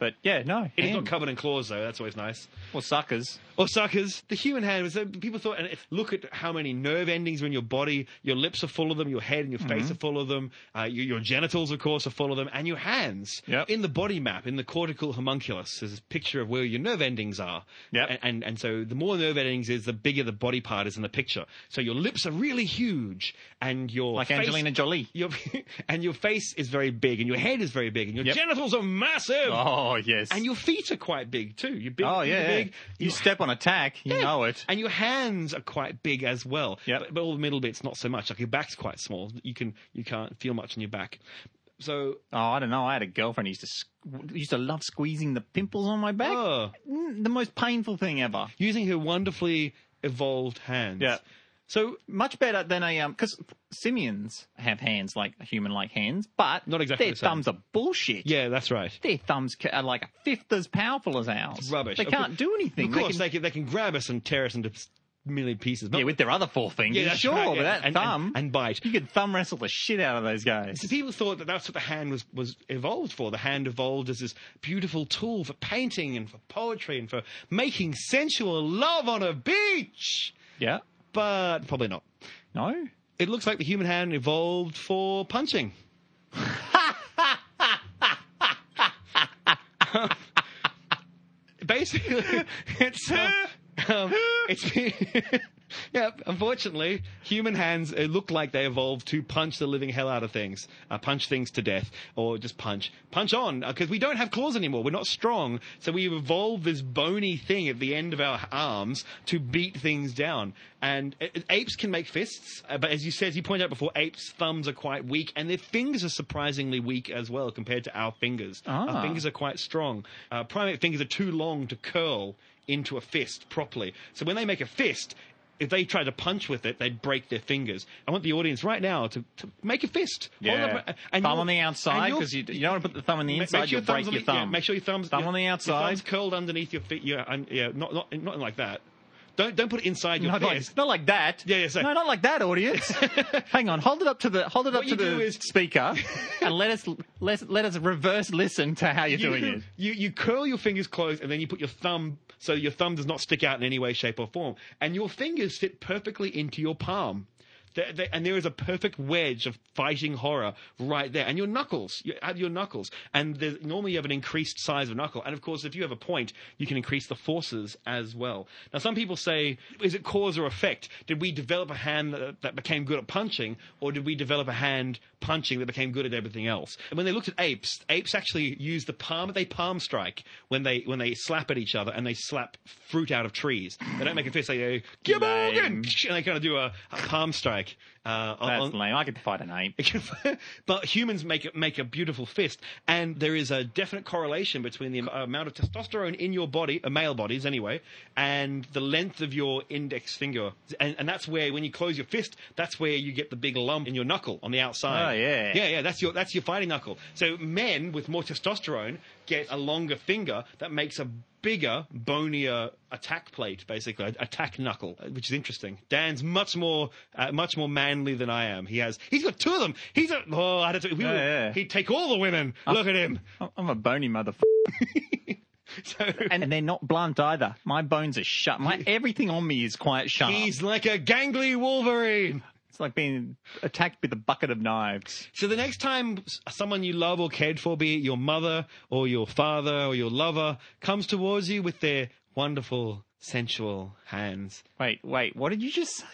[SPEAKER 2] But yeah, no,
[SPEAKER 3] It's
[SPEAKER 2] hand.
[SPEAKER 3] not covered in claws though. That's always nice.
[SPEAKER 2] or suckers.
[SPEAKER 3] Or suckers. The human hand was uh, people thought. And it- look at how many nerve endings are in your body. Your lips are full of them. Your head and your
[SPEAKER 2] Mm-hmm.
[SPEAKER 3] face are full of them. Uh, your, your genitals, of course, are full of them, and your hands.
[SPEAKER 2] Yep.
[SPEAKER 3] In the body map, in the cortical homunculus, there's a picture of where your nerve endings are.
[SPEAKER 2] Yep.
[SPEAKER 3] And, and and so the more nerve endings is, the bigger the body part is in the picture. So your lips are really huge, and your
[SPEAKER 2] Like
[SPEAKER 3] face-
[SPEAKER 2] Angelina Jolie.
[SPEAKER 3] Your, and your face is very big, and your head is very big, and your
[SPEAKER 2] Yep.
[SPEAKER 3] genitals are massive.
[SPEAKER 2] Oh yes.
[SPEAKER 3] And your feet are quite big too. You're big.
[SPEAKER 2] oh
[SPEAKER 3] you're
[SPEAKER 2] yeah.
[SPEAKER 3] big.
[SPEAKER 2] You
[SPEAKER 3] Your
[SPEAKER 2] step on a tack, you
[SPEAKER 3] yeah.
[SPEAKER 2] know it.
[SPEAKER 3] And your hands are quite big as well.
[SPEAKER 2] Yep.
[SPEAKER 3] But, but all the middle bits not so much. Like your back's quite small. You can you can't feel much in your back. So
[SPEAKER 2] Oh, I don't know. I had a girlfriend who used to squ- used to love squeezing the pimples on my back.
[SPEAKER 3] Oh.
[SPEAKER 2] Mm, The most painful thing ever.
[SPEAKER 3] using her wonderfully evolved hands.
[SPEAKER 2] Yeah.
[SPEAKER 3] So
[SPEAKER 2] Much better than a um, because simians have hands like human-like hands, but
[SPEAKER 3] Not exactly
[SPEAKER 2] Their
[SPEAKER 3] the same.
[SPEAKER 2] thumbs are bullshit.
[SPEAKER 3] yeah, that's right.
[SPEAKER 2] Their thumbs ca- are like a fifth as powerful as ours.
[SPEAKER 3] Rubbish.
[SPEAKER 2] They
[SPEAKER 3] Of
[SPEAKER 2] can't
[SPEAKER 3] course-
[SPEAKER 2] do anything.
[SPEAKER 3] Of
[SPEAKER 2] They
[SPEAKER 3] course,
[SPEAKER 2] can-
[SPEAKER 3] they can, they can grab us and tear us into million pieces. Not-
[SPEAKER 2] yeah, with their other four fingers.
[SPEAKER 3] that's
[SPEAKER 2] sure,
[SPEAKER 3] right,
[SPEAKER 2] but
[SPEAKER 3] yeah.
[SPEAKER 2] that
[SPEAKER 3] and,
[SPEAKER 2] thumb
[SPEAKER 3] and, and bite.
[SPEAKER 2] You could thumb wrestle the shit out of those guys.
[SPEAKER 3] So people thought that that's what the hand was, was evolved for. The hand evolved as this beautiful tool for painting and for poetry and for making sensual love on a beach.
[SPEAKER 2] Yeah.
[SPEAKER 3] But probably not.
[SPEAKER 2] No.
[SPEAKER 3] It looks like the human hand evolved for punching. Basically, it's uh, um, it's Yep. Unfortunately, human hands uh, look like they evolved to punch the living hell out of things, uh, punch things to death, or just punch, punch on, because we don't have claws anymore. We're not strong, so we evolve this bony thing at the end of our arms to beat things down. And uh, uh, apes can make fists, uh, but as you said, as you pointed out before, apes' thumbs are quite weak, and their fingers are surprisingly weak as well compared to our fingers.
[SPEAKER 2] Ah.
[SPEAKER 3] Our fingers are quite strong. Uh, primate fingers are too long to curl into a fist properly. So when they make a fist, if they tried to punch with it, they'd break their fingers. I want the audience right now to, to make a fist. Hold
[SPEAKER 2] Yeah.
[SPEAKER 3] up a- and
[SPEAKER 2] thumb
[SPEAKER 3] you'll-
[SPEAKER 2] on the outside
[SPEAKER 3] and you'll-
[SPEAKER 2] because you, you don't want to put the thumb on the
[SPEAKER 3] Ma-
[SPEAKER 2] inside. You'll break
[SPEAKER 3] thumbs on
[SPEAKER 2] your
[SPEAKER 3] the- yeah,
[SPEAKER 2] thumb.
[SPEAKER 3] make sure your thumbs
[SPEAKER 2] Thumb
[SPEAKER 3] your-
[SPEAKER 2] on the
[SPEAKER 3] your
[SPEAKER 2] outside.
[SPEAKER 3] thumbs curled underneath your feet. Yeah, and, yeah, not not not like that. Don't don't put it inside your
[SPEAKER 2] Not like,
[SPEAKER 3] fist.
[SPEAKER 2] not like that.
[SPEAKER 3] Yeah, yeah, so-
[SPEAKER 2] no, not like that, audience. Hang on, hold it up to the hold it up
[SPEAKER 3] What
[SPEAKER 2] to
[SPEAKER 3] you do
[SPEAKER 2] the
[SPEAKER 3] is-
[SPEAKER 2] speaker, and let us let let us reverse listen to how you're doing it.
[SPEAKER 3] You, you curl your fingers closed and then you put your thumb so your thumb does not stick out in any way, shape, or form. And your fingers fit perfectly into your palm. There- there- and there is a perfect wedge of fighting horror right there. And your knuckles, you have your knuckles. And there's- normally you have an increased size of knuckle. And of course, if you have a point, you can increase the forces as well. Now, some people say, is it cause or effect? Did we develop a hand that, that became good at punching, or did we develop a hand punching that became good at everything else? And when they looked at apes, apes actually use the palm they palm strike when they when they slap at each other and they slap fruit out of trees. They don't make a fist; they go "Gibbogan!"
[SPEAKER 2] Lame.
[SPEAKER 3] and they kind of do a, a palm strike. Uh, on-
[SPEAKER 2] That's
[SPEAKER 3] on-
[SPEAKER 2] lame. I could fight an ape.
[SPEAKER 3] but humans make a, make a beautiful fist, and there is a definite correlation between the am- uh, amount of testosterone in your body, uh, male bodies anyway, and the length of your index finger. And, and that's where, when you close your fist, that's where you get the big lump in your knuckle on the outside.
[SPEAKER 2] Oh, yeah.
[SPEAKER 3] yeah, yeah. That's your that's your fighting knuckle. So men with more testosterone get a longer finger that makes a bigger, bonier attack plate, basically a- attack knuckle, uh, which is interesting. Dan's much more uh, much more manly than I am. He has he's got two of them. He's a oh, I don't know, we
[SPEAKER 2] Yeah,
[SPEAKER 3] would-
[SPEAKER 2] yeah. Uh,
[SPEAKER 3] he'd take all the women. Look at him.
[SPEAKER 2] I'm- I'm a bony motherfucker,
[SPEAKER 3] So.
[SPEAKER 2] and they're not blunt either. My bones are sharp. My everything on me is quite sharp.
[SPEAKER 3] He's like a gangly wolverine.
[SPEAKER 2] It's like being attacked with a bucket of knives.
[SPEAKER 3] So the next time s- someone you love or cared for, be it your mother or your father or your lover, comes towards you with their wonderful, sensual hands,
[SPEAKER 2] Wait, wait. What did you just say?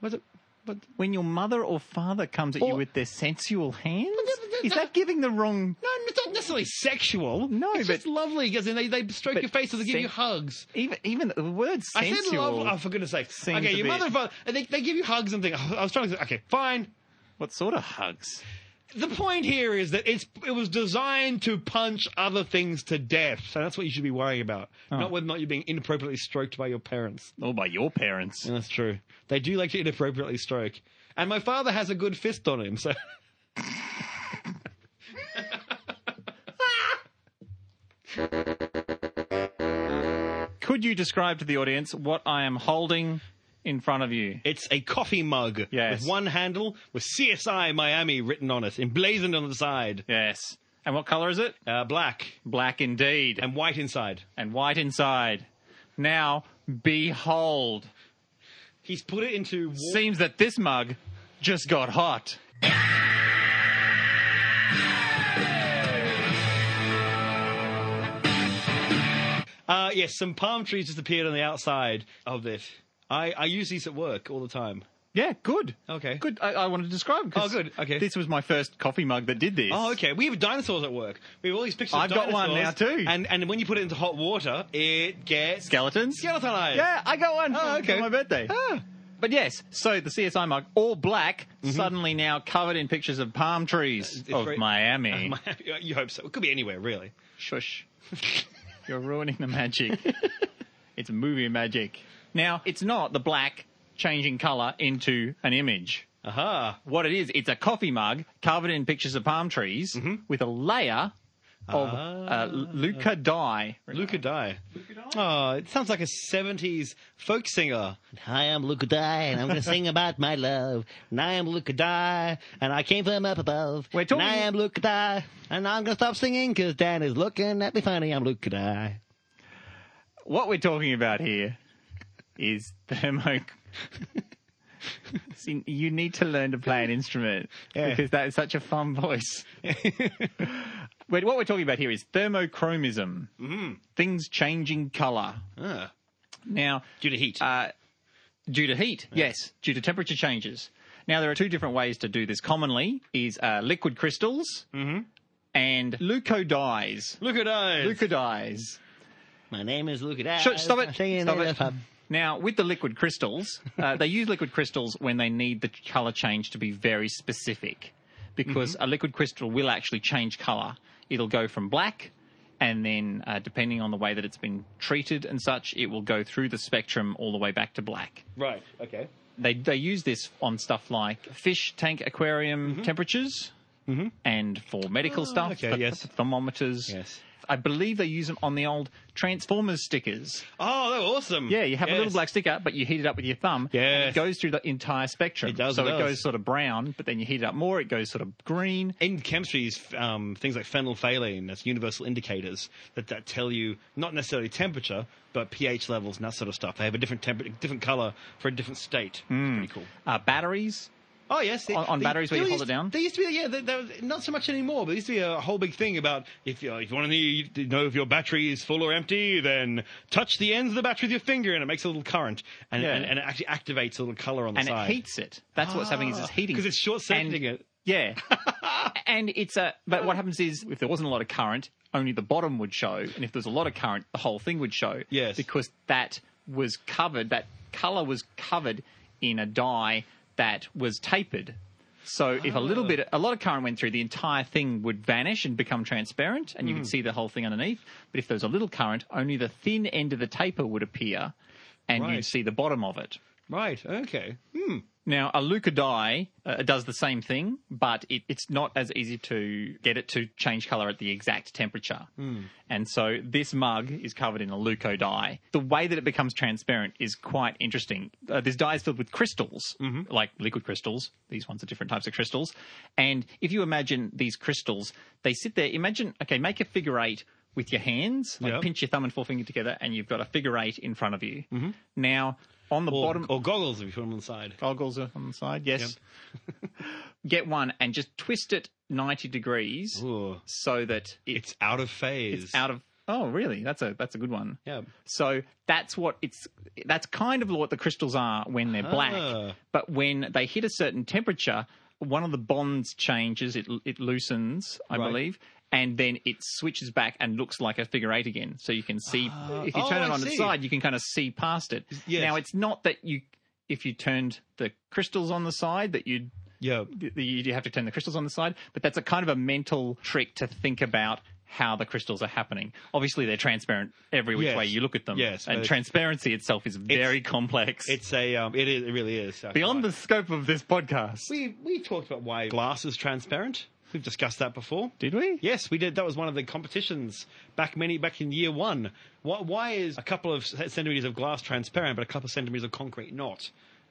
[SPEAKER 3] was it? But
[SPEAKER 2] When your mother or father comes at you
[SPEAKER 3] Or-
[SPEAKER 2] with their sensual hands,
[SPEAKER 3] no, no,
[SPEAKER 2] is
[SPEAKER 3] no.
[SPEAKER 2] that giving the wrong?
[SPEAKER 3] no, it's not necessarily sexual.
[SPEAKER 2] No,
[SPEAKER 3] it's
[SPEAKER 2] but-
[SPEAKER 3] just lovely because then they, they stroke
[SPEAKER 2] But
[SPEAKER 3] your face and they give
[SPEAKER 2] sen-
[SPEAKER 3] you hugs.
[SPEAKER 2] Even even the word sensual.
[SPEAKER 3] I said love. Oh, for goodness' sake!
[SPEAKER 2] Seems
[SPEAKER 3] okay,
[SPEAKER 2] a
[SPEAKER 3] your
[SPEAKER 2] bit-
[SPEAKER 3] mother, and father, and they, they give you hugs and things. I was trying to. say, Okay, fine.
[SPEAKER 2] What sort of hugs?
[SPEAKER 3] The point here is that it's it was designed to punch other things to death, so that's what you should be worrying about, not whether or not you're being inappropriately stroked by your parents.
[SPEAKER 2] Oh. Or by your parents.
[SPEAKER 3] That's true. They do like to inappropriately stroke. And my father has a good fist on him, so.
[SPEAKER 2] Could you describe to the audience what I am holding in front of you?
[SPEAKER 3] It's a coffee mug
[SPEAKER 2] Yes.
[SPEAKER 3] with one handle with CSI Miami written on it, emblazoned on the side.
[SPEAKER 2] Yes. And what color is it?
[SPEAKER 3] Uh, black
[SPEAKER 2] Black indeed, and,
[SPEAKER 3] and white inside.
[SPEAKER 2] white inside. Now, behold,
[SPEAKER 3] He's put it into. wa-
[SPEAKER 2] seems that this mug just got hot.
[SPEAKER 3] Uh, yes, some palm trees just appeared on the outside of this. I, I use these at work all the time.
[SPEAKER 2] Yeah, good.
[SPEAKER 3] Okay.
[SPEAKER 2] Good. I, I want to describe. 'cause
[SPEAKER 3] Oh, good. Okay.
[SPEAKER 2] This was my first coffee mug that did this.
[SPEAKER 3] Oh, okay. We have dinosaurs at work. We have all these pictures
[SPEAKER 2] I've
[SPEAKER 3] of
[SPEAKER 2] got
[SPEAKER 3] dinosaurs.
[SPEAKER 2] one now, too.
[SPEAKER 3] And, and when you put it into hot water, it gets
[SPEAKER 2] Skeletons?
[SPEAKER 3] skeletonized.
[SPEAKER 2] Yeah, I got one
[SPEAKER 3] Oh,
[SPEAKER 2] for-
[SPEAKER 3] okay.
[SPEAKER 2] for my birthday. But yes, Mm-hmm. so the CSI mug, all black, suddenly now covered in pictures of palm trees
[SPEAKER 3] It's
[SPEAKER 2] of
[SPEAKER 3] very-
[SPEAKER 2] Miami.
[SPEAKER 3] you hope so. It could be anywhere, really.
[SPEAKER 2] Shush. You're ruining the magic. it's movie magic. Now, it's not the black changing color into an image.
[SPEAKER 3] Aha.
[SPEAKER 2] What it is, it's a coffee mug covered in pictures of palm trees with a layer of uh, Luca dye.
[SPEAKER 3] Luca Dye. Oh, it sounds like a 70s folk singer. Hi, I'm Luca Dye, and I'm going to sing about my love. And I am Luca Dye, and I came from up above.
[SPEAKER 2] We're talking-
[SPEAKER 3] And I am Luca Dye, and I'm going to stop singing because Dan is looking at me funny. I'm Luca Dye.
[SPEAKER 2] what we're talking about here is thermo. See, you need to learn to play an instrument
[SPEAKER 3] Yeah.
[SPEAKER 2] because that is such a fun voice. Wait, what we're talking about here is thermochromism, things changing color.
[SPEAKER 3] Ah,
[SPEAKER 2] Now,
[SPEAKER 3] due to heat.
[SPEAKER 2] uh, Due to heat, yes, due to temperature changes. Now, there are two different ways to do this. Commonly is uh, liquid crystals and leucodies.
[SPEAKER 3] Look at us.
[SPEAKER 2] Leucodies.
[SPEAKER 3] My name is Luke. At
[SPEAKER 2] Sh- stop it. Stop it. Now, with the liquid crystals, uh, they use liquid crystals when they need the color change to be very specific because
[SPEAKER 3] Mm-hmm.
[SPEAKER 2] a liquid crystal will actually change color. It'll go from black, and then uh, depending on the way that it's been treated and such, it will go through the spectrum all the way back to black.
[SPEAKER 3] Right. Okay.
[SPEAKER 2] They, they use this on stuff like fish tank aquarium
[SPEAKER 3] Mm-hmm.
[SPEAKER 2] temperatures and for medical stuff,
[SPEAKER 3] Oh, okay,
[SPEAKER 2] th-
[SPEAKER 3] yes.
[SPEAKER 2] th- thermometers.
[SPEAKER 3] Yes.
[SPEAKER 2] I believe they use them on the old Transformers stickers.
[SPEAKER 3] Oh, they're awesome.
[SPEAKER 2] Yeah, you have a little
[SPEAKER 3] Yes.
[SPEAKER 2] black sticker, but you heat it up with your thumb. And
[SPEAKER 3] Yes.
[SPEAKER 2] it goes through the entire spectrum.
[SPEAKER 3] It does,
[SPEAKER 2] So
[SPEAKER 3] it
[SPEAKER 2] it
[SPEAKER 3] does.
[SPEAKER 2] goes sort of brown, but then you heat it up more, it goes sort of green.
[SPEAKER 3] in chemistry is um, things like phenylphthalein that's universal indicators that, that tell you not necessarily temperature but ph levels and that sort of stuff they have a different temper- different color for a different state it's pretty cool
[SPEAKER 2] Uh, batteries.
[SPEAKER 3] oh yes
[SPEAKER 2] On- on batteries where you hold it down?
[SPEAKER 3] they used to be yeah they, they, was- not so much anymore but there used to be a whole big thing about if you, if you want to know if your battery is full or empty then touch the ends of the battery with your finger and it makes a little current and,
[SPEAKER 2] Yeah.
[SPEAKER 3] and, and it actually activates a little color on the
[SPEAKER 2] And
[SPEAKER 3] side Ah.
[SPEAKER 2] it heats it. That's what's happening is it's heating.
[SPEAKER 3] 'Cause it's short-circuiting
[SPEAKER 2] And-
[SPEAKER 3] it.
[SPEAKER 2] Yeah. and it's a. But what happens is if there wasn't a lot of current, only the bottom would show. And if there was a lot of current, the whole thing would show.
[SPEAKER 3] Yes.
[SPEAKER 2] Because that was covered, that color was covered in a dye that was tapered. So if a little bit, a lot of current went through, the entire thing would vanish and become transparent, and you
[SPEAKER 3] Hmm.
[SPEAKER 2] could see the whole thing underneath. But if there was a little current, only the thin end of the taper would appear, and
[SPEAKER 3] Right.
[SPEAKER 2] you'd see the bottom of it.
[SPEAKER 3] right okay hmm
[SPEAKER 2] Now, a leucodye uh, does the same thing, but it, it's not as easy to get it to change color at the exact temperature.
[SPEAKER 3] Hmm.
[SPEAKER 2] And so this mug is covered in a leucodye. The way that it becomes transparent is quite interesting. Uh, this dye is filled with crystals,
[SPEAKER 3] Mm-hmm.
[SPEAKER 2] like liquid crystals. These ones are different types of crystals. And if you imagine these crystals, they sit there. Imagine, okay, make a figure eight with your hands, like
[SPEAKER 3] Yeah.
[SPEAKER 2] pinch your thumb and forefinger together, and you've got a figure eight in front of you. Now, on the
[SPEAKER 3] Mm-hmm. or,
[SPEAKER 2] bottom
[SPEAKER 3] or goggles if you put them on the side
[SPEAKER 2] goggles are on the side. Yes. Get one and just twist it 90 degrees
[SPEAKER 3] Ooh.
[SPEAKER 2] so that it-
[SPEAKER 3] it's out of phase
[SPEAKER 2] it's out of Oh, really? That's a that's a good one.
[SPEAKER 3] Yeah.
[SPEAKER 2] So that's what it's that's kind of what the crystals are when they're
[SPEAKER 3] Ah.
[SPEAKER 2] black. But when they hit a certain temperature, one of the bonds changes, it it loosens, I
[SPEAKER 3] Right.
[SPEAKER 2] believe. And then it switches back and looks like a figure eight again. So you can see, if you
[SPEAKER 3] Oh,
[SPEAKER 2] turn it
[SPEAKER 3] I
[SPEAKER 2] on
[SPEAKER 3] see.
[SPEAKER 2] its side, you can kind of see past it.
[SPEAKER 3] Yes.
[SPEAKER 2] Now, it's not that you, if you turned the crystals on the side, that you'd
[SPEAKER 3] yeah
[SPEAKER 2] th- you do have to turn the crystals on the side, but that's a kind of a mental trick to think about how the crystals are happening. Obviously, they're transparent every which
[SPEAKER 3] Yes.
[SPEAKER 2] way you look at them.
[SPEAKER 3] Yes,
[SPEAKER 2] and
[SPEAKER 3] but-
[SPEAKER 2] transparency itself is very complex.
[SPEAKER 3] It's a um, it is it really is That's
[SPEAKER 2] beyond
[SPEAKER 3] right.
[SPEAKER 2] the scope of this podcast.
[SPEAKER 3] We we talked about why glass is transparent. We've discussed that before.
[SPEAKER 2] Did we?
[SPEAKER 3] Yes, we did. That was one of the competitions back many back in year one. Why, why is a couple of c- centimeters of glass transparent, but a couple of centimeters of concrete not?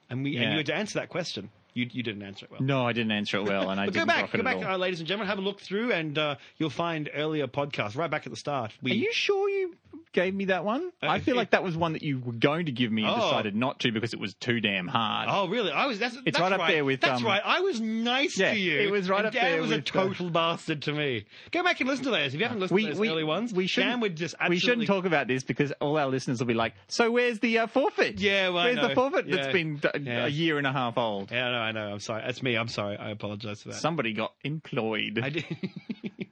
[SPEAKER 3] And we and
[SPEAKER 2] Yeah.
[SPEAKER 3] you had to answer that question. You you didn't answer it well.
[SPEAKER 2] No, I didn't answer it well, and I
[SPEAKER 3] But
[SPEAKER 2] didn't
[SPEAKER 3] go back,
[SPEAKER 2] rock it
[SPEAKER 3] go
[SPEAKER 2] at
[SPEAKER 3] back,
[SPEAKER 2] all.
[SPEAKER 3] uh, ladies and gentlemen. Have a look through, and uh, you'll find earlier podcasts right back at the start. We,
[SPEAKER 2] Are you sure you gave me that one? I feel like that was one that you were going to give me and
[SPEAKER 3] Uh, Oh.
[SPEAKER 2] decided not to because it was too damn hard.
[SPEAKER 3] Oh, really? I was. That's, that's
[SPEAKER 2] right up there with,
[SPEAKER 3] That's
[SPEAKER 2] um,
[SPEAKER 3] right. I was nice
[SPEAKER 2] Yeah,
[SPEAKER 3] to you.
[SPEAKER 2] it was right
[SPEAKER 3] and
[SPEAKER 2] up
[SPEAKER 3] Dan
[SPEAKER 2] there
[SPEAKER 3] was a
[SPEAKER 2] with, uh,
[SPEAKER 3] total bastard to me. Go back and listen to those if you haven't listened to those early ones.
[SPEAKER 2] We shouldn't,
[SPEAKER 3] Dan would just.
[SPEAKER 2] we shouldn't
[SPEAKER 3] absolutely-
[SPEAKER 2] talk about this because all our listeners will be like, "So where's the uh, forfeit?
[SPEAKER 3] Yeah, well, I
[SPEAKER 2] where's
[SPEAKER 3] know.
[SPEAKER 2] the forfeit
[SPEAKER 3] Yeah.
[SPEAKER 2] that's been d-
[SPEAKER 3] Yeah.
[SPEAKER 2] a year and a half old?
[SPEAKER 3] Yeah, no, I know. I'm sorry. That's me. I'm sorry. I apologize for that.
[SPEAKER 2] Somebody got employed."
[SPEAKER 3] I did.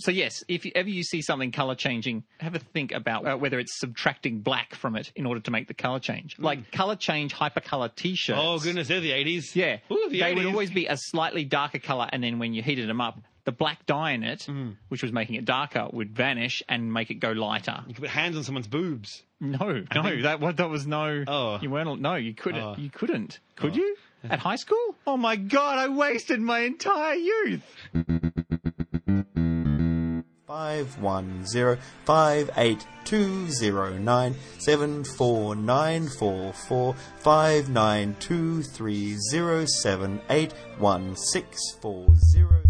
[SPEAKER 2] so yes, if you, ever you see something color changing, have a think about uh, whether it's subtracting black from it in order to make the color change. Like color change hypercolor T-shirts.
[SPEAKER 3] Hmm. oh goodness, they're the 80s.
[SPEAKER 2] Yeah,
[SPEAKER 3] Ooh, the
[SPEAKER 2] they
[SPEAKER 3] 80s.
[SPEAKER 2] would always be a slightly darker color, and then when you heated them up, the black dye in it,
[SPEAKER 3] Hmm.
[SPEAKER 2] which was making it darker, would vanish and make it go lighter.
[SPEAKER 3] You could put hands on someone's boobs.
[SPEAKER 2] No, no, that wa- that was no.
[SPEAKER 3] Oh.
[SPEAKER 2] you weren't. al- No, you couldn't.
[SPEAKER 3] Oh.
[SPEAKER 2] You couldn't. Could you? At high school? Oh my god! I wasted my entire youth.
[SPEAKER 8] 510-5820974944592307816406.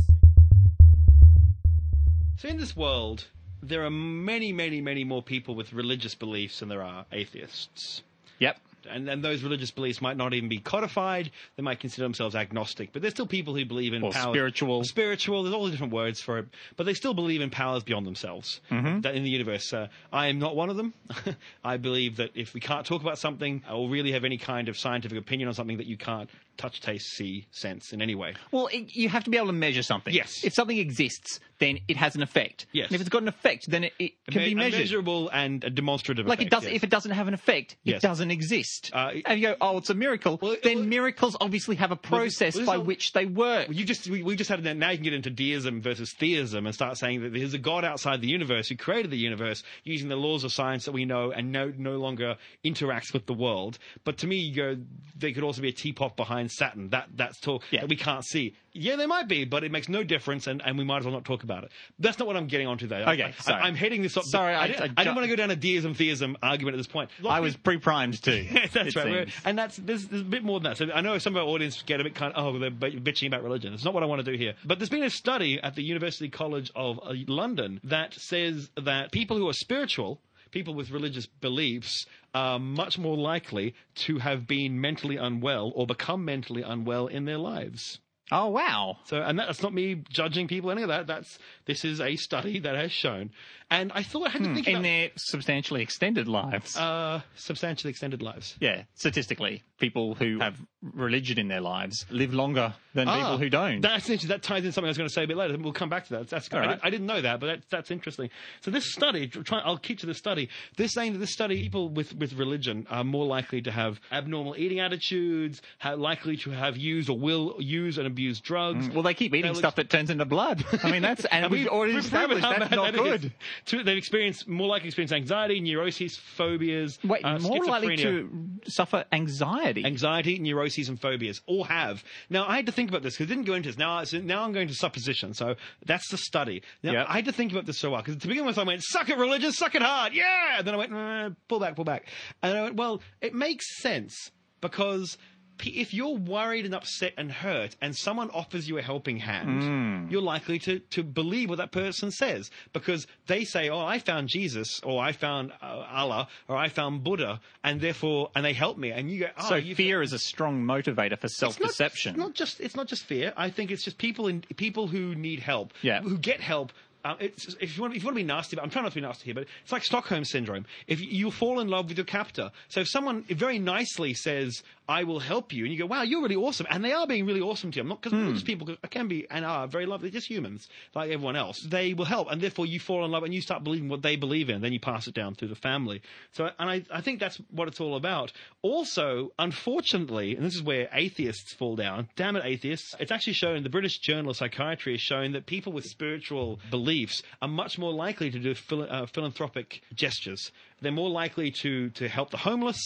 [SPEAKER 3] So in this world, there are many, many, many more people with religious beliefs than there are atheists.
[SPEAKER 2] Yep.
[SPEAKER 3] and, and those religious beliefs might not even be codified. They might consider themselves agnostic, but there's still people who believe in
[SPEAKER 2] Or
[SPEAKER 3] powers.
[SPEAKER 2] spiritual.
[SPEAKER 3] Spiritual. There's all the different words for it, but they still believe in powers beyond themselves
[SPEAKER 2] Mm-hmm.
[SPEAKER 3] that in the universe. Uh, I am not one of them. I believe that if we can't talk about something or really have any kind of scientific opinion on something, that you can't touch, taste, see, sense in any way.
[SPEAKER 2] Well, it, you have to be able to measure something.
[SPEAKER 3] Yes.
[SPEAKER 2] If something exists, then it has an effect.
[SPEAKER 3] Yes.
[SPEAKER 2] And if it's got an effect, then it, it can be
[SPEAKER 3] Me- a
[SPEAKER 2] measured.
[SPEAKER 3] measurable and a demonstrative.
[SPEAKER 2] like it
[SPEAKER 3] effect,
[SPEAKER 2] does,
[SPEAKER 3] yes.
[SPEAKER 2] if it doesn't have an effect,
[SPEAKER 3] Yes.
[SPEAKER 2] it doesn't exist.
[SPEAKER 3] Uh, it-
[SPEAKER 2] and you go, oh, it's a miracle.
[SPEAKER 3] it-
[SPEAKER 2] then
[SPEAKER 3] well-
[SPEAKER 2] miracles obviously have a process
[SPEAKER 3] well, this
[SPEAKER 2] by
[SPEAKER 3] is a-
[SPEAKER 2] which they work.
[SPEAKER 3] Well, you just we, we just had that. Now you can get into deism versus theism and start saying that there's a god outside the universe who created the universe using the laws of science that we know and no no longer interacts with the world. But to me, you go, there could also be a teapot behind Saturn. That that's talk
[SPEAKER 2] Yeah.
[SPEAKER 3] that we can't see. Yeah, there might be, but it makes no difference, and, and we might as well not talk about it. That's not what I'm getting onto though. I-
[SPEAKER 2] Okay,
[SPEAKER 3] I,
[SPEAKER 2] sorry.
[SPEAKER 3] I, am heading this up.
[SPEAKER 2] Sorry, I-
[SPEAKER 3] I, didn't,
[SPEAKER 2] I
[SPEAKER 3] I,
[SPEAKER 2] ju-
[SPEAKER 3] didn't want to go down a deism theism argument at this point. A lot
[SPEAKER 2] I
[SPEAKER 3] of
[SPEAKER 2] was pre-primed too.
[SPEAKER 3] that's
[SPEAKER 2] it
[SPEAKER 3] right. We're-
[SPEAKER 2] seems.
[SPEAKER 3] And that's there's, there's a bit more than that. So I know some of our audience get a bit kind of oh they're b- bitching about religion. It's not what I want to do here. But there's been a study at the University College of uh, London that says that people who are spiritual. People with religious beliefs are much more likely to have been mentally unwell or become mentally unwell in their lives.
[SPEAKER 2] Oh wow.
[SPEAKER 3] So, and that's not me judging people, any of that. That's this is a study that has shown. And I thought I had to think
[SPEAKER 2] In
[SPEAKER 3] about
[SPEAKER 2] their substantially extended lives.
[SPEAKER 3] uh, substantially extended lives.
[SPEAKER 2] yeah, statistically, people who have religion in their lives live longer than
[SPEAKER 3] Ah,
[SPEAKER 2] people who don't.
[SPEAKER 3] That's interesting. That ties in something I was going to say a bit later. We'll come back to that. That's
[SPEAKER 2] All
[SPEAKER 3] I,
[SPEAKER 2] right.
[SPEAKER 3] didn't, I didn't know that, but that, that's interesting. So this study, try, I'll keep to the study. They're saying that this study, people with, with religion are more likely to have abnormal eating attitudes, how likely to have used or will use and abuse drugs.
[SPEAKER 2] Mm, well, they keep eating
[SPEAKER 3] Now,
[SPEAKER 2] stuff that turns into blood. I mean, that's and we've already
[SPEAKER 3] we've proven
[SPEAKER 2] established
[SPEAKER 3] how
[SPEAKER 2] that's
[SPEAKER 3] bad
[SPEAKER 2] not
[SPEAKER 3] that is.
[SPEAKER 2] good.
[SPEAKER 3] Two- They've experienced more likely to experience anxiety, neuroses, phobias,
[SPEAKER 2] Wait,
[SPEAKER 3] uh,
[SPEAKER 2] more likely
[SPEAKER 3] schizophrenia.
[SPEAKER 2] to suffer anxiety.
[SPEAKER 3] anxiety, neuroses, and phobias, all have. Now, I had to think about this because it didn't go into this. Now, so now I'm going to supposition. So that's the study. Now,
[SPEAKER 2] Yep.
[SPEAKER 3] I had to think about this for a while because to begin with, I went, suck it, religion, suck it hard. Yeah. And then I went, "Nah, pull back, pull back. And I went, well, it makes sense because. p- If you're worried and upset and hurt, and someone offers you a helping hand, you're likely to, to believe what that person says because they say, "Oh, I found Jesus," or "I found uh, Allah," or "I found Buddha," and therefore, and they help me. And you go, "Oh,
[SPEAKER 2] so
[SPEAKER 3] you
[SPEAKER 2] fear is a strong motivator for
[SPEAKER 3] it's not-
[SPEAKER 2] self-deception.
[SPEAKER 3] It's not just it's not just fear. I think it's just people in people who need help.
[SPEAKER 2] Yeah.
[SPEAKER 3] Who get help. Um, it's, if you want, if you want to be nasty, but I'm trying not to be nasty here, but it's like Stockholm syndrome. If you, you fall in love with your captor, so if someone very nicely says, "I will help you," and you go, "Wow, you're really awesome," and they are being really awesome to you, I'm not because
[SPEAKER 2] Hmm.
[SPEAKER 3] religious people can be and are very lovely, just humans like everyone else. They will help, and therefore you fall in love and you start believing what they believe in. Then you pass it down through the family. So, and I, I think that's what it's all about. Also, unfortunately, and this is where atheists fall down. Damn it, atheists! It's actually shown the British Journal of Psychiatry has shown that people with spiritual beliefs are much more likely to do phil- uh, philanthropic gestures. They're more likely to to help the homeless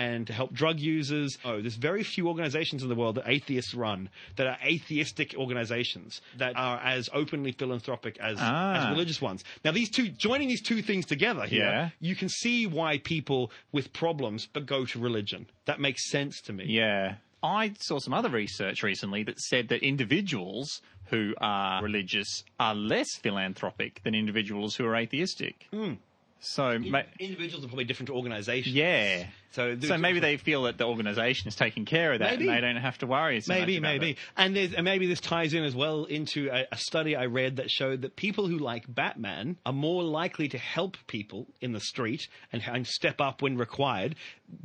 [SPEAKER 3] and to help drug users. Oh, there's very few organizations in the world that atheists run that are atheistic organizations that are as openly philanthropic as,
[SPEAKER 2] Ah.
[SPEAKER 3] as religious ones. Now, these two joining these two things together here,
[SPEAKER 2] Yeah.
[SPEAKER 3] you can see why people with problems but go to religion. That makes sense to me.
[SPEAKER 2] Yeah. I saw some other research recently that said that individuals who are religious are less philanthropic than individuals who are atheistic.
[SPEAKER 3] Hmm.
[SPEAKER 2] So, ma-
[SPEAKER 3] Individuals are probably different to organizations.
[SPEAKER 2] yeah.
[SPEAKER 3] So,
[SPEAKER 2] So maybe they feel that the organisation is taking care of that
[SPEAKER 3] Maybe.
[SPEAKER 2] and they don't have to worry so
[SPEAKER 3] Maybe,
[SPEAKER 2] much about
[SPEAKER 3] maybe,
[SPEAKER 2] it.
[SPEAKER 3] and there's and maybe this ties in as well into a, a study I read that showed that people who like Batman are more likely to help people in the street and, and step up when required.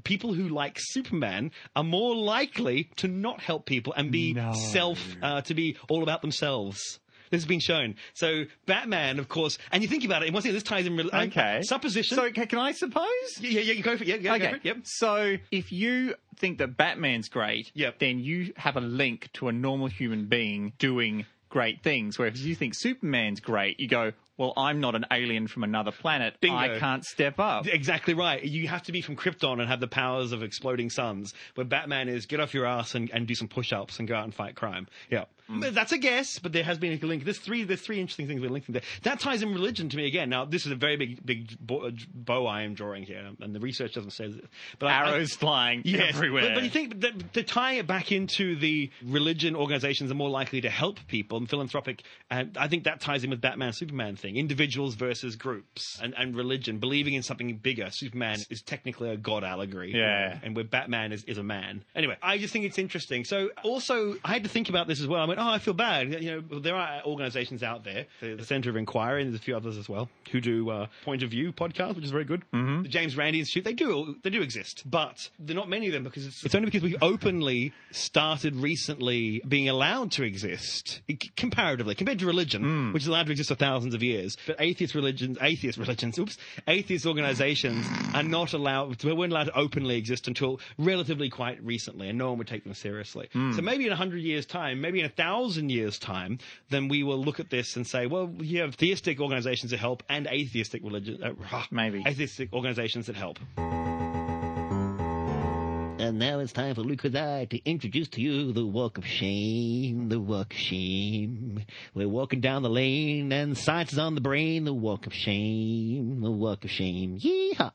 [SPEAKER 3] People who like Superman are more likely to not help people and be self uh, to be all about themselves. This has been shown. So Batman, of course, and you think about it. And once again, this ties in. Re- I'm-
[SPEAKER 2] Okay.
[SPEAKER 3] supposition.
[SPEAKER 2] So, ca- can I suppose?
[SPEAKER 3] yeah, yeah, yeah, you go for it. Yeah, yeah, go
[SPEAKER 2] Okay.
[SPEAKER 3] for it. Yep.
[SPEAKER 2] So if you think that Batman's great,
[SPEAKER 3] Yep.
[SPEAKER 2] then you have a link to a normal human being doing great things. Whereas if you think Superman's great, you go, well, I'm not an alien from another planet.
[SPEAKER 3] Bingo.
[SPEAKER 2] I can't step up.
[SPEAKER 3] Exactly right. You have to be from Krypton and have the powers of exploding suns, where Batman is get off your ass and, and do some push ups and go out and fight crime. Yeah.
[SPEAKER 2] Mm.
[SPEAKER 3] But That's a guess, but there has been a link. There's three. There's three interesting things that are linked in there. That ties in religion to me again. Now, this is a very big, big bo- bow I am drawing here, and the research doesn't say. That, but I- I-
[SPEAKER 2] Arrows flying
[SPEAKER 3] uh, Yes,
[SPEAKER 2] everywhere.
[SPEAKER 3] But, but you think that to tie it back into the religion organizations are more likely to help people and philanthropic. And I think that ties in with Batman Superman thing individuals versus groups and, and religion, believing in something bigger. Superman is technically a god allegory.
[SPEAKER 2] Yeah.
[SPEAKER 3] And where Batman is, is a man. Anyway, I just think it's interesting. So also, I had to think about this as well. I went, oh, I feel bad. You know, well, there are organizations out there, the Center of Inquiry, and there's a few others as well, who do uh, Point of View podcast, which is very good. Mm-hmm. The James Randi Institute, they do they do exist, but they're not many of them because it's, it's only because we openly started recently being allowed to exist c- comparatively compared to religion, which is allowed to exist for thousands of years. But atheist religions, atheist religions, oops, atheist organizations are not allowed. We weren't allowed to openly exist until relatively quite recently, and no one would take them seriously. So maybe in a hundred years' time, maybe in a thousand years' time, then we will look at this and say, well, you have theistic organizations that help and atheistic religion, uh,
[SPEAKER 2] Maybe.
[SPEAKER 3] atheistic organizations that help. And now it's time for Luke and I to introduce to you the walk of shame, the walk of shame. We're walking down the lane and science is on the brain, the walk of shame, the walk of shame. Yeehaw!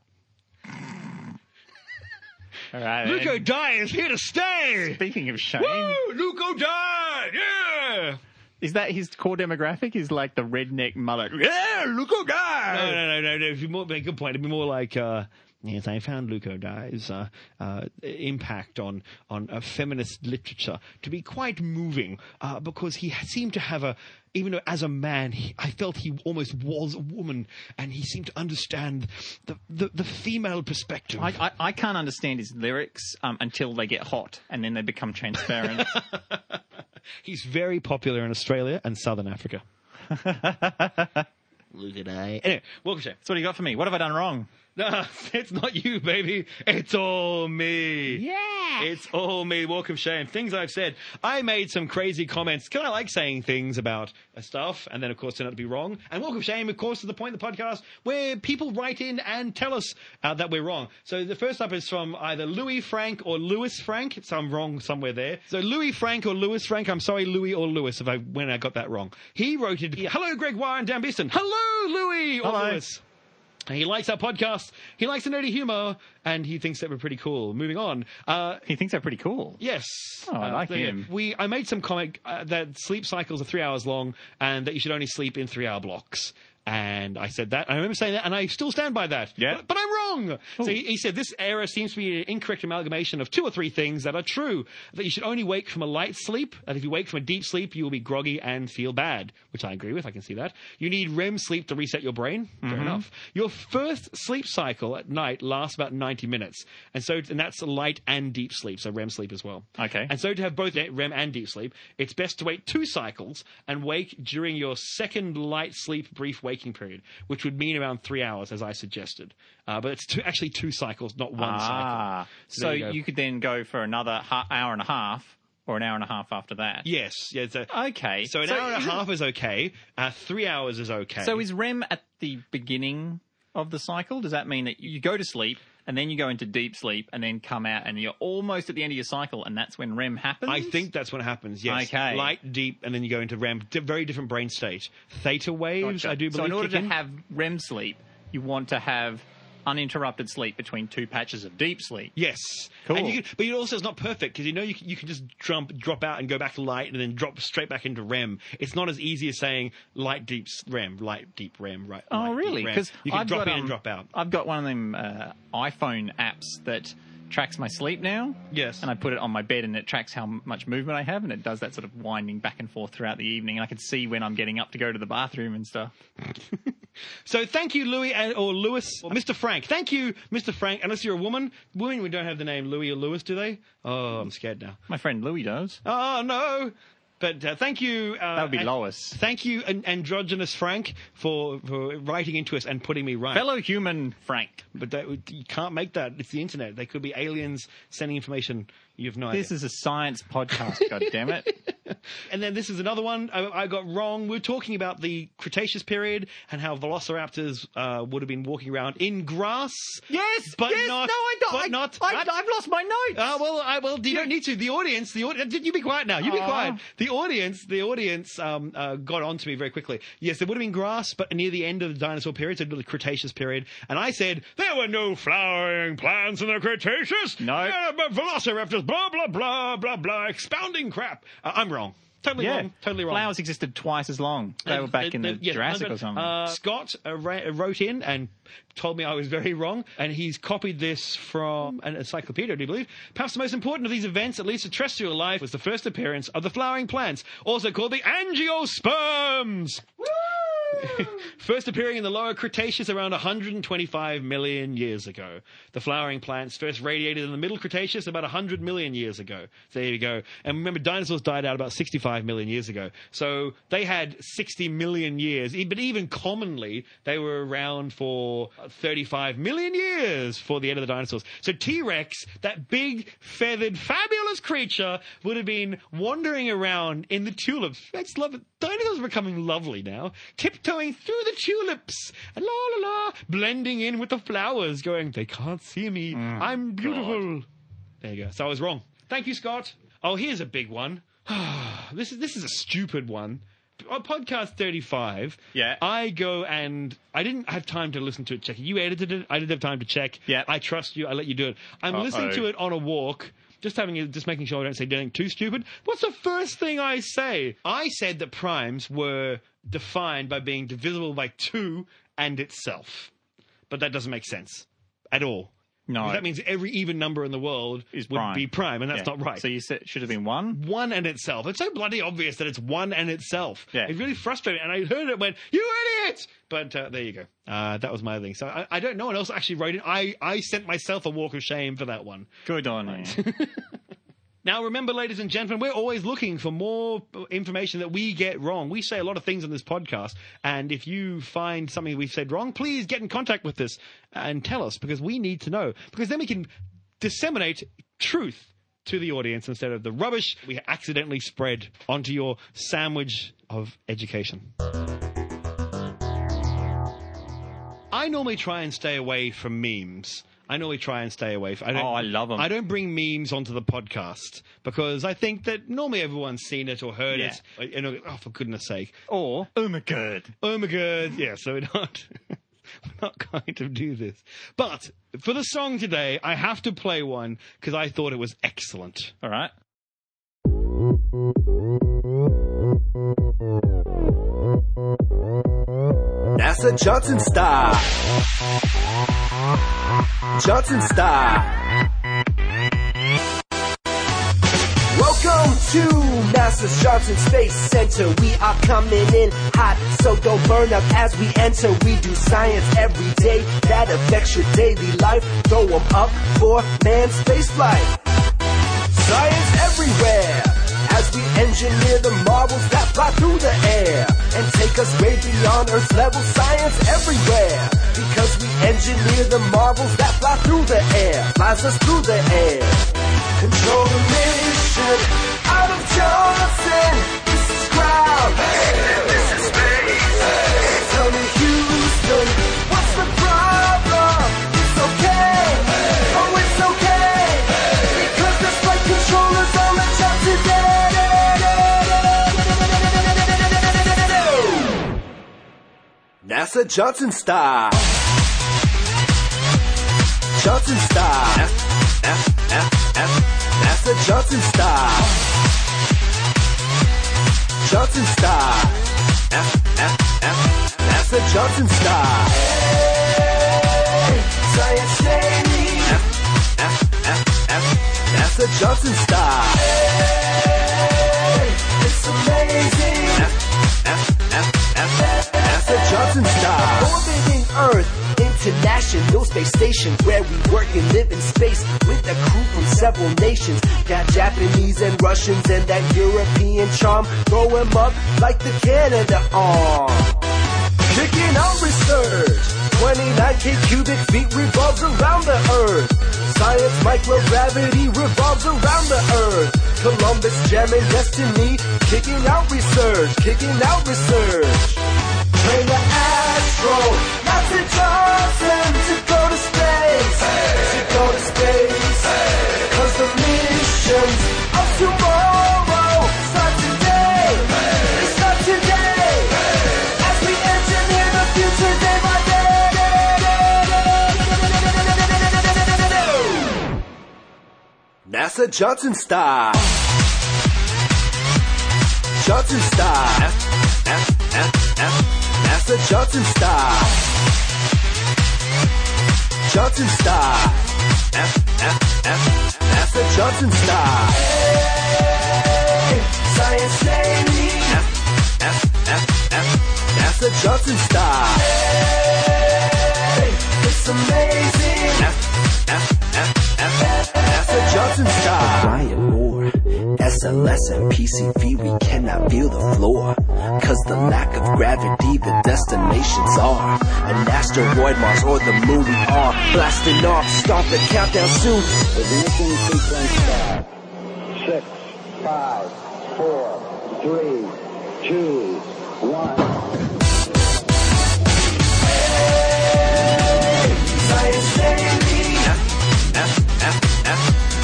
[SPEAKER 2] All right.
[SPEAKER 3] Luke
[SPEAKER 2] and
[SPEAKER 3] O'Dye is here to stay!
[SPEAKER 2] Speaking of shame,
[SPEAKER 3] Woo! Luke O'Dye! Yeah!
[SPEAKER 2] is that his core demographic? Is like the redneck mullet.
[SPEAKER 3] Yeah, Luke O'Dye! No, no, no, no, no. It'd be more, good point. It'd be more like, uh, yes, I found Luke O'Dye's uh, uh, impact on, on uh, feminist literature to be quite moving uh, because he seemed to have a, even though as a man, he, I felt he almost was a woman and he seemed to understand the, the, the female perspective.
[SPEAKER 2] I, I, I can't understand his lyrics um, until they get hot and then they become transparent.
[SPEAKER 3] He's very popular in Australia and Southern Africa. Luke O'Dye. Anyway, welcome, Chef.
[SPEAKER 2] so what do you got for me? What have I done wrong?
[SPEAKER 3] No, it's not you, baby. It's all me.
[SPEAKER 2] Yeah.
[SPEAKER 3] It's all me. Welcome, shame. Things I've said. I made some crazy comments. Kind of like saying things about uh, stuff, and then of course turn out to be wrong. And welcome, shame. Of course, is the point of the podcast where people write in and tell us uh, that we're wrong. So the first up is from either Louis Frank or Lewis Frank. So I'm wrong somewhere there. So Louis Frank or Lewis Frank. I'm sorry, Louis or Lewis, if I when I got that wrong. He wrote it. Hello, Greg Wire and Dan Beeston. Hello, Louis or
[SPEAKER 2] Hello.
[SPEAKER 3] Lewis. He likes our podcast. He likes the nerdy humor, and he thinks that we're pretty cool. Moving on. Uh,
[SPEAKER 2] He thinks they're pretty cool.
[SPEAKER 3] yes.
[SPEAKER 2] Oh, I
[SPEAKER 3] Uh,
[SPEAKER 2] like
[SPEAKER 3] there you go.
[SPEAKER 2] him.
[SPEAKER 3] We I made some comment uh, that sleep cycles are three hours long, and that you should only sleep in three hour blocks. And I said that. I remember saying that, and I still stand by that.
[SPEAKER 2] Yeah.
[SPEAKER 3] But, but I'm wrong. So he, he said this error seems to be an incorrect amalgamation of two or three things that are true: that you should only wake from a light sleep, and if you wake from a deep sleep, you will be groggy and feel bad, which I agree with. I can see that. You need REM sleep to reset your brain. Fair
[SPEAKER 2] Mm-hmm.
[SPEAKER 3] enough. Your first sleep cycle at night lasts about 90 minutes, and so and that's light and deep sleep, so REM sleep as well.
[SPEAKER 2] Okay.
[SPEAKER 3] And so to have both REM and deep sleep, it's best to wait two cycles and wake during your second light sleep brief waking period, which would mean around three hours, as I suggested. Uh, but it's two, actually two cycles, not one
[SPEAKER 2] Ah,
[SPEAKER 3] cycle.
[SPEAKER 2] so
[SPEAKER 3] there
[SPEAKER 2] you,
[SPEAKER 3] go.
[SPEAKER 2] could then go for another ha- hour and a half or an hour and a half after that.
[SPEAKER 3] yes, yeah. So,
[SPEAKER 2] Okay.
[SPEAKER 3] so an hour and a
[SPEAKER 2] isn't-
[SPEAKER 3] half is okay. Uh, three hours is okay.
[SPEAKER 2] So is REM at the beginning of the cycle? Does that mean that you go to sleep and then you go into deep sleep and then come out and you're almost at the end of your cycle and that's when REM happens?
[SPEAKER 3] I think that's what happens. Yes,
[SPEAKER 2] Okay.
[SPEAKER 3] light, deep, and then you go into REM. D- very different brain state. Theta waves,
[SPEAKER 2] Gotcha.
[SPEAKER 3] I do believe.
[SPEAKER 2] So in order
[SPEAKER 3] kick
[SPEAKER 2] to have REM sleep, you want to have uninterrupted sleep between two patches of deep sleep.
[SPEAKER 3] Yes.
[SPEAKER 2] Cool.
[SPEAKER 3] And you can, but you also it's not perfect because you know you can, you can just jump, drop out and go back to light and then drop straight back into REM. It's not as easy as saying light deep s- REM, light deep REM, right? light,
[SPEAKER 2] Oh,
[SPEAKER 3] deep
[SPEAKER 2] really?
[SPEAKER 3] REM.
[SPEAKER 2] Because
[SPEAKER 3] you can
[SPEAKER 2] I've
[SPEAKER 3] drop
[SPEAKER 2] got,
[SPEAKER 3] in
[SPEAKER 2] um,
[SPEAKER 3] and drop out.
[SPEAKER 2] I've got one of them uh, iPhone apps that tracks my sleep now.
[SPEAKER 3] Yes.
[SPEAKER 2] And I put it on my bed and it tracks how m- much movement I have and it does that sort of winding back and forth throughout the evening and I can see when I'm getting up to go to the bathroom and stuff.
[SPEAKER 3] So thank you, Louis and, or Lewis, or Mr. Frank. Thank you, Mr. Frank. Unless you're a woman, women we don't have the name Louis or Lewis, do they? Oh, I'm scared now.
[SPEAKER 2] My friend Louis does.
[SPEAKER 3] Oh no. But uh, thank you. Uh,
[SPEAKER 2] That would be
[SPEAKER 3] and-
[SPEAKER 2] Lois.
[SPEAKER 3] Thank you, and androgynous Frank, for, for writing into us and putting me right.
[SPEAKER 2] Fellow human Frank.
[SPEAKER 3] But that, you can't make that. It's the internet. They could be aliens sending information. You have no
[SPEAKER 2] This
[SPEAKER 3] idea.
[SPEAKER 2] is a science podcast, goddammit.
[SPEAKER 3] and then this is another one I, I got wrong. We were talking about the Cretaceous period and how velociraptors uh, would have been walking around in grass.
[SPEAKER 2] Yes,
[SPEAKER 3] but
[SPEAKER 2] yes,
[SPEAKER 3] not.
[SPEAKER 2] no, I don't.
[SPEAKER 3] But
[SPEAKER 2] I,
[SPEAKER 3] not.
[SPEAKER 2] I,
[SPEAKER 3] not-
[SPEAKER 2] have lost my notes.
[SPEAKER 3] Ah, well, I, well, you don't need to. The audience, the audience, you be quiet now. You be
[SPEAKER 2] Aw.
[SPEAKER 3] quiet. The audience, the audience, um, uh, got on to me very quickly. Yes, there would have been grass, but near the end of the dinosaur period, so the Cretaceous period, and I said there were no flowering plants in the Cretaceous.
[SPEAKER 2] No.
[SPEAKER 3] Yeah, but velociraptors, blah blah blah blah blah, expounding crap. Uh, I'm wrong. Totally
[SPEAKER 2] yeah,
[SPEAKER 3] wrong. Totally wrong.
[SPEAKER 2] Flowers existed twice as long. They were back in the
[SPEAKER 3] yes,
[SPEAKER 2] Jurassic
[SPEAKER 3] but,
[SPEAKER 2] or something.
[SPEAKER 3] Uh, Scott uh, ra- wrote in and told me I was very wrong, and he's copied this from an encyclopedia, do you believe? Perhaps the most important of these events, at least to terrestrial life, was the first appearance of the flowering plants, also called the angiosperms. First appearing in the lower Cretaceous around 125 million years ago. The flowering plants first radiated in the middle Cretaceous about 100 million years ago. So there you go. And remember, dinosaurs died out about 65 million years ago. So they had 60 million years. E- But even commonly, they were around for 35 million years for the end of the dinosaurs. So T Rex, that big, feathered, fabulous creature, would have been wandering around in the tulips. That's love. Dinosaurs are becoming lovely now, tiptoeing through the tulips, and la la la, blending in with the flowers, going, they can't see me. I'm beautiful. There you go. So I was wrong. Thank you, Scott. Oh, here's a big one. this is this is a stupid one. On podcast 35,
[SPEAKER 2] Yeah.
[SPEAKER 3] I go and I didn't have time to listen to it, Jackie. You edited it. I didn't have time to check.
[SPEAKER 2] Yeah.
[SPEAKER 3] I trust you. I let you do it. I'm listening to it on a walk, just having a- just making sure I don't say anything too stupid. What's the first thing I say? I said that primes were defined by being divisible by two and itself, but that doesn't make sense at all.
[SPEAKER 2] no,
[SPEAKER 3] Because That means every even number in the world
[SPEAKER 2] Is
[SPEAKER 3] would
[SPEAKER 2] prime.
[SPEAKER 3] be prime, and that's
[SPEAKER 2] Yeah.
[SPEAKER 3] not right
[SPEAKER 2] So you said should have been one.
[SPEAKER 3] one and itself. It's so bloody obvious that it's one and itself.
[SPEAKER 2] Yeah.
[SPEAKER 3] It really frustrated me. And I heard it and went, you idiot! But uh, there you go. Uh, that was my thing. So I, I don't know. No one else actually wrote it. I, I sent myself a walk of shame for that one.
[SPEAKER 2] Good on you.
[SPEAKER 3] Now, remember, ladies and gentlemen, we're always looking for more information that we get wrong. We say a lot of things on this podcast, and if you find something we've said wrong, please get in contact with us and tell us because we need to know. Because then we can disseminate truth to the audience instead of the rubbish we accidentally spread onto your sandwich of education. I normally try and stay away from memes. I normally try and stay away. From, I don't,
[SPEAKER 2] Oh, I love 'em.
[SPEAKER 3] I don't bring memes onto the podcast because I think that normally everyone's seen it or heard
[SPEAKER 2] Yeah.
[SPEAKER 3] it. And, oh, for goodness sake.
[SPEAKER 2] or oh my god.
[SPEAKER 3] Oh my god. Yeah, so we're not, we're not going to do this. But for the song today, I have to play one because I thought it was excellent.
[SPEAKER 2] All right.
[SPEAKER 9] That's a Johnson star. Johnson star. Welcome to NASA's Johnson Space Center. We are coming in hot, so don't burn up as we enter. We do science every day that affects your daily life. Throw 'em up for manned spaceflight science everywhere as we engineer the marvels that fly through the air and take us way beyond Earth's level. Science everywhere because we engineer the marvels that fly through the air, flies us through the air. Control the mission out of Johnson. This is Crowd. This is space. Tony Houston, what's the problem? It's okay. Oh, it's okay. Because the flight controllers all the job today. NASA Johnson Star. Johnson Star. F, F, F, F. NASA Johnson Star. Johnson Star. F, F, F. NASA Johnson Star. Hey, Science Daily. F, F, F, F. NASA Johnson Star. Hey, it's amazing. F, F, F, F. NASA Johnson Star. Orbiting Earth. International Space Station, where we work and live in space with a crew from several nations. Got Japanese and Russians and that European charm. Throw 'em up like the Canada arm. Kicking out research. 29k cubic feet revolves around the earth. Science microgravity revolves around the earth. Columbus jamming destiny, kicking out research, kicking out research. Train the Astro, Nazi Johnson to go to space, to go to space. Cause the missions of tomorrow start today, they start today. As we engineer the future day by day. NASA Johnson Star. Johnson Star. F, F, F, F. NASA Johnson Star. Johnson Star. F, F, F. NASA Johnson Star. Hey, Science Lady. F, F, F, F. NASA Johnson Star. Hey, it's amazing. F, F, F, F. NASA Johnson Star.
[SPEAKER 10] Ryan Moore. SLS and PCV, we cannot feel the floor. Cause the lack of gravity, the destinations are. An asteroid, Mars, or the moon, we are. Blasting off, start the countdown soon.
[SPEAKER 11] Ignition sequence start. Six, five, four, three, two, one.
[SPEAKER 9] Science Lady.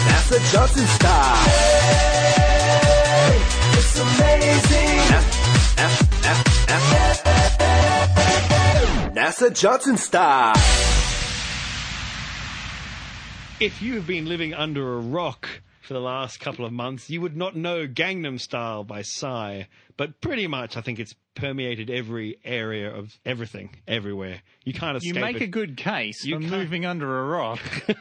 [SPEAKER 9] NASA Johnson Star. Hey, it's amazing. NASA Johnson Star.
[SPEAKER 3] If you have been living under a rock for the last couple of months, you would not know Gangnam Style by Psy, but pretty much I think it's permeated every area of everything, everywhere. You can't
[SPEAKER 2] You
[SPEAKER 3] escape
[SPEAKER 2] make
[SPEAKER 3] it.
[SPEAKER 2] a good case
[SPEAKER 3] You
[SPEAKER 2] for
[SPEAKER 3] can't-
[SPEAKER 2] moving under a rock.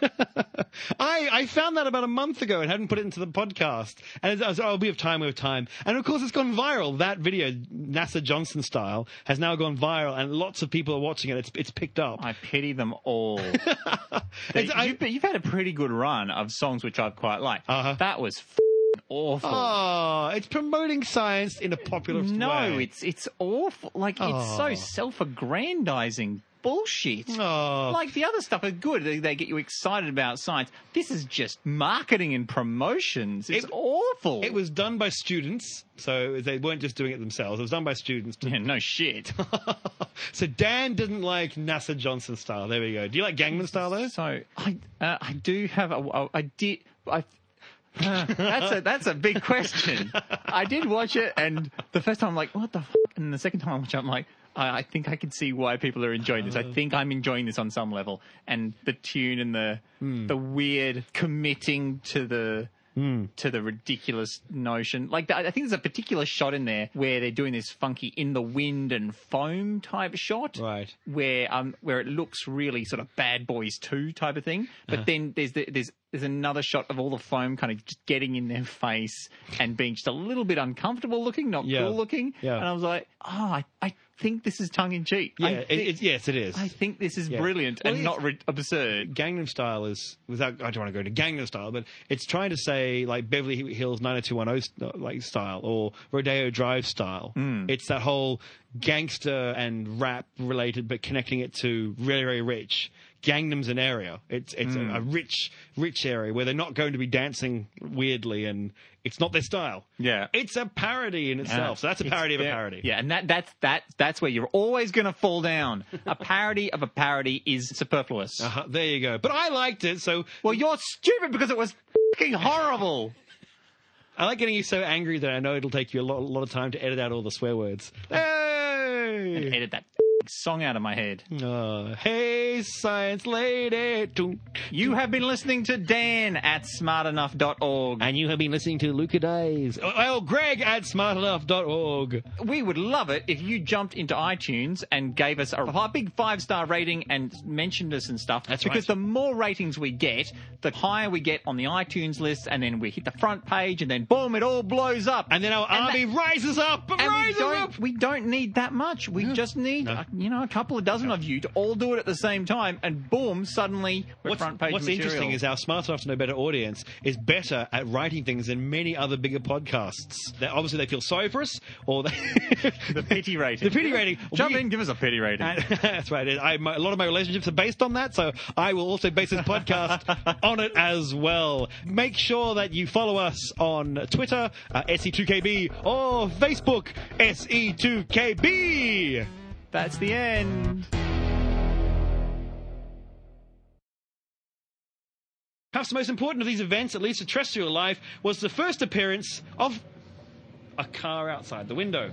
[SPEAKER 3] I, I found that about a month ago and hadn't put it into the podcast. And I was, oh, we have time, we have time. And of course, it's gone viral. That video, NASA Johnson style, has now gone viral, and lots of people are watching it. It's, it's picked up.
[SPEAKER 2] I pity them all.
[SPEAKER 3] It's- I-
[SPEAKER 2] you've, you've had a pretty good run of songs which I've quite liked.
[SPEAKER 3] Uh-huh.
[SPEAKER 2] That was f- awful.
[SPEAKER 3] Oh, it's promoting science in a popular way.
[SPEAKER 2] no, it's it's awful. Like it's so
[SPEAKER 3] Oh.
[SPEAKER 2] self-aggrandizing bullshit.
[SPEAKER 3] Oh.
[SPEAKER 2] Like the other stuff are good; they, they get you excited about science. This is just marketing and promotions. It's
[SPEAKER 3] It-
[SPEAKER 2] awful.
[SPEAKER 3] It was done by students, so they weren't just doing it themselves. It was done by students.
[SPEAKER 2] yeah, no shit.
[SPEAKER 3] so Dan didn't like NASA Johnson style. There we go. Do you like Gangnam style though?
[SPEAKER 2] So I uh, I do have a I- I did I. Uh, that's a that's a big question. I did watch it, and the first time I'm like, "What the?" Fuck? And the second time I watch it, I'm like, I, "I think I can see why people are enjoying this. I think I'm enjoying this on some level." And the tune and the the weird committing to the to the ridiculous notion, like I I think there's a particular shot in there where they're doing this funky in the wind and foam type shot,
[SPEAKER 3] Right.
[SPEAKER 2] where um where it looks really sort of Bad Boys Two type of thing.
[SPEAKER 3] Uh-huh.
[SPEAKER 2] But then there's the, there's there's another shot of all the foam kind of just getting in their face and being just a little bit uncomfortable looking, not
[SPEAKER 3] Yeah.
[SPEAKER 2] cool looking.
[SPEAKER 3] Yeah.
[SPEAKER 2] And I was like, oh, I, I think this is tongue in cheek.
[SPEAKER 3] Yeah,
[SPEAKER 2] I,
[SPEAKER 3] it,
[SPEAKER 2] thi-
[SPEAKER 3] it, yes, it is.
[SPEAKER 2] I think this is
[SPEAKER 3] Yeah.
[SPEAKER 2] brilliant
[SPEAKER 3] Well,
[SPEAKER 2] and
[SPEAKER 3] it's-
[SPEAKER 2] not re- absurd.
[SPEAKER 3] Gangnam Style is without. I don't want to go to Gangnam Style, but it's trying to say like Beverly Hills 90210 st- like style or Rodeo Drive style.
[SPEAKER 2] Hmm.
[SPEAKER 3] It's that whole gangster and rap related, but connecting it to very very rich. Gangnam's an area. It's it's a, a
[SPEAKER 2] Hmm.
[SPEAKER 3] rich rich area where they're not going to be dancing weirdly, and it's not their style.
[SPEAKER 2] Yeah.
[SPEAKER 3] it's a parody in itself. So that's a
[SPEAKER 2] It's-
[SPEAKER 3] parody of a
[SPEAKER 2] yeah,
[SPEAKER 3] parody.
[SPEAKER 2] Yeah, and that that's that that's where you're always going to fall down. a parody of a parody is superfluous.
[SPEAKER 3] Uh-huh, there you go. But I liked it, so
[SPEAKER 2] Well, you're stupid because it was fucking horrible.
[SPEAKER 3] I like getting you so angry that I know it'll take you a lot, a lot of time to edit out all the swear words. Hey,
[SPEAKER 2] Edit that song out of my head.
[SPEAKER 3] Uh, hey science lady. Dun.
[SPEAKER 2] You have been listening to Dan at smartenough.org.
[SPEAKER 3] And you have been listening to Luca Days. Well, Greg at smartenough.org.
[SPEAKER 2] We would love it if you jumped into iTunes and gave us a hi- big five star rating and mentioned us and stuff.
[SPEAKER 3] That's
[SPEAKER 2] because
[SPEAKER 3] right.
[SPEAKER 2] the more ratings we get, the higher we get on the iTunes list, and then we hit the front page, and then boom, it all blows up.
[SPEAKER 3] And then our
[SPEAKER 2] And
[SPEAKER 3] army rises up.
[SPEAKER 2] and we
[SPEAKER 3] rises
[SPEAKER 2] don't
[SPEAKER 3] up.
[SPEAKER 2] we don't need that much. We just need
[SPEAKER 3] No.
[SPEAKER 2] a you know, a couple of dozen of you to all do it at the same time, and boom, suddenly we're
[SPEAKER 3] What's,
[SPEAKER 2] front page
[SPEAKER 3] what's
[SPEAKER 2] material.
[SPEAKER 3] interesting is our Smart Enough to Know Better audience is better at writing things than many other bigger podcasts. They, obviously, they feel sorry for us, or they,
[SPEAKER 2] the pity rating.
[SPEAKER 3] the pity rating.
[SPEAKER 2] Jump
[SPEAKER 3] we-
[SPEAKER 2] in, give us a pity rating.
[SPEAKER 3] And- that's right. I, my, a lot of my relationships are based on that, so I will also base this podcast on it as well. Make sure that you follow us on Twitter, uh, SE2KB, or Facebook, E SE2KB.
[SPEAKER 2] That's the end.
[SPEAKER 3] Perhaps the most important of these events, at least in terrestrial life, was the first appearance of a car outside the window.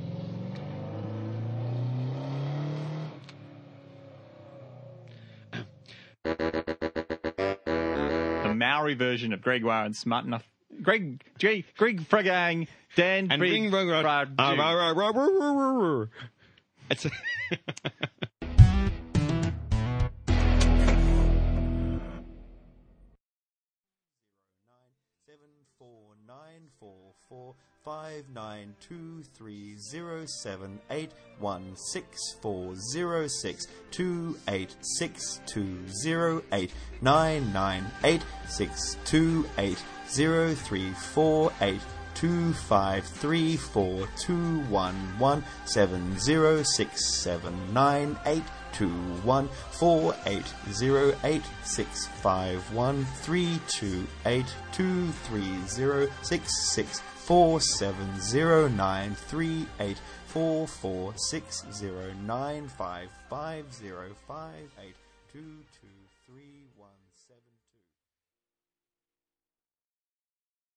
[SPEAKER 2] The Maori version of Gregoire and Smart Enough. Greg, G, Greg Fragang, Dan,
[SPEAKER 3] And
[SPEAKER 2] Brig-
[SPEAKER 3] ring, ring, ring.
[SPEAKER 2] Fra-
[SPEAKER 3] Ah, rah, rah, rah, rah, rah, rah, rah. It's
[SPEAKER 8] Seven four nine four four five nine two three zero seven eight one six four zero six two eight six two zero eight nine nine eight six two eight zero three four eight two five three four two one one seven zero six seven nine eight two one four eight zero eight six five one three two eight two three zero six six four seven zero nine three eight four four six zero nine five five zero five eight two two three one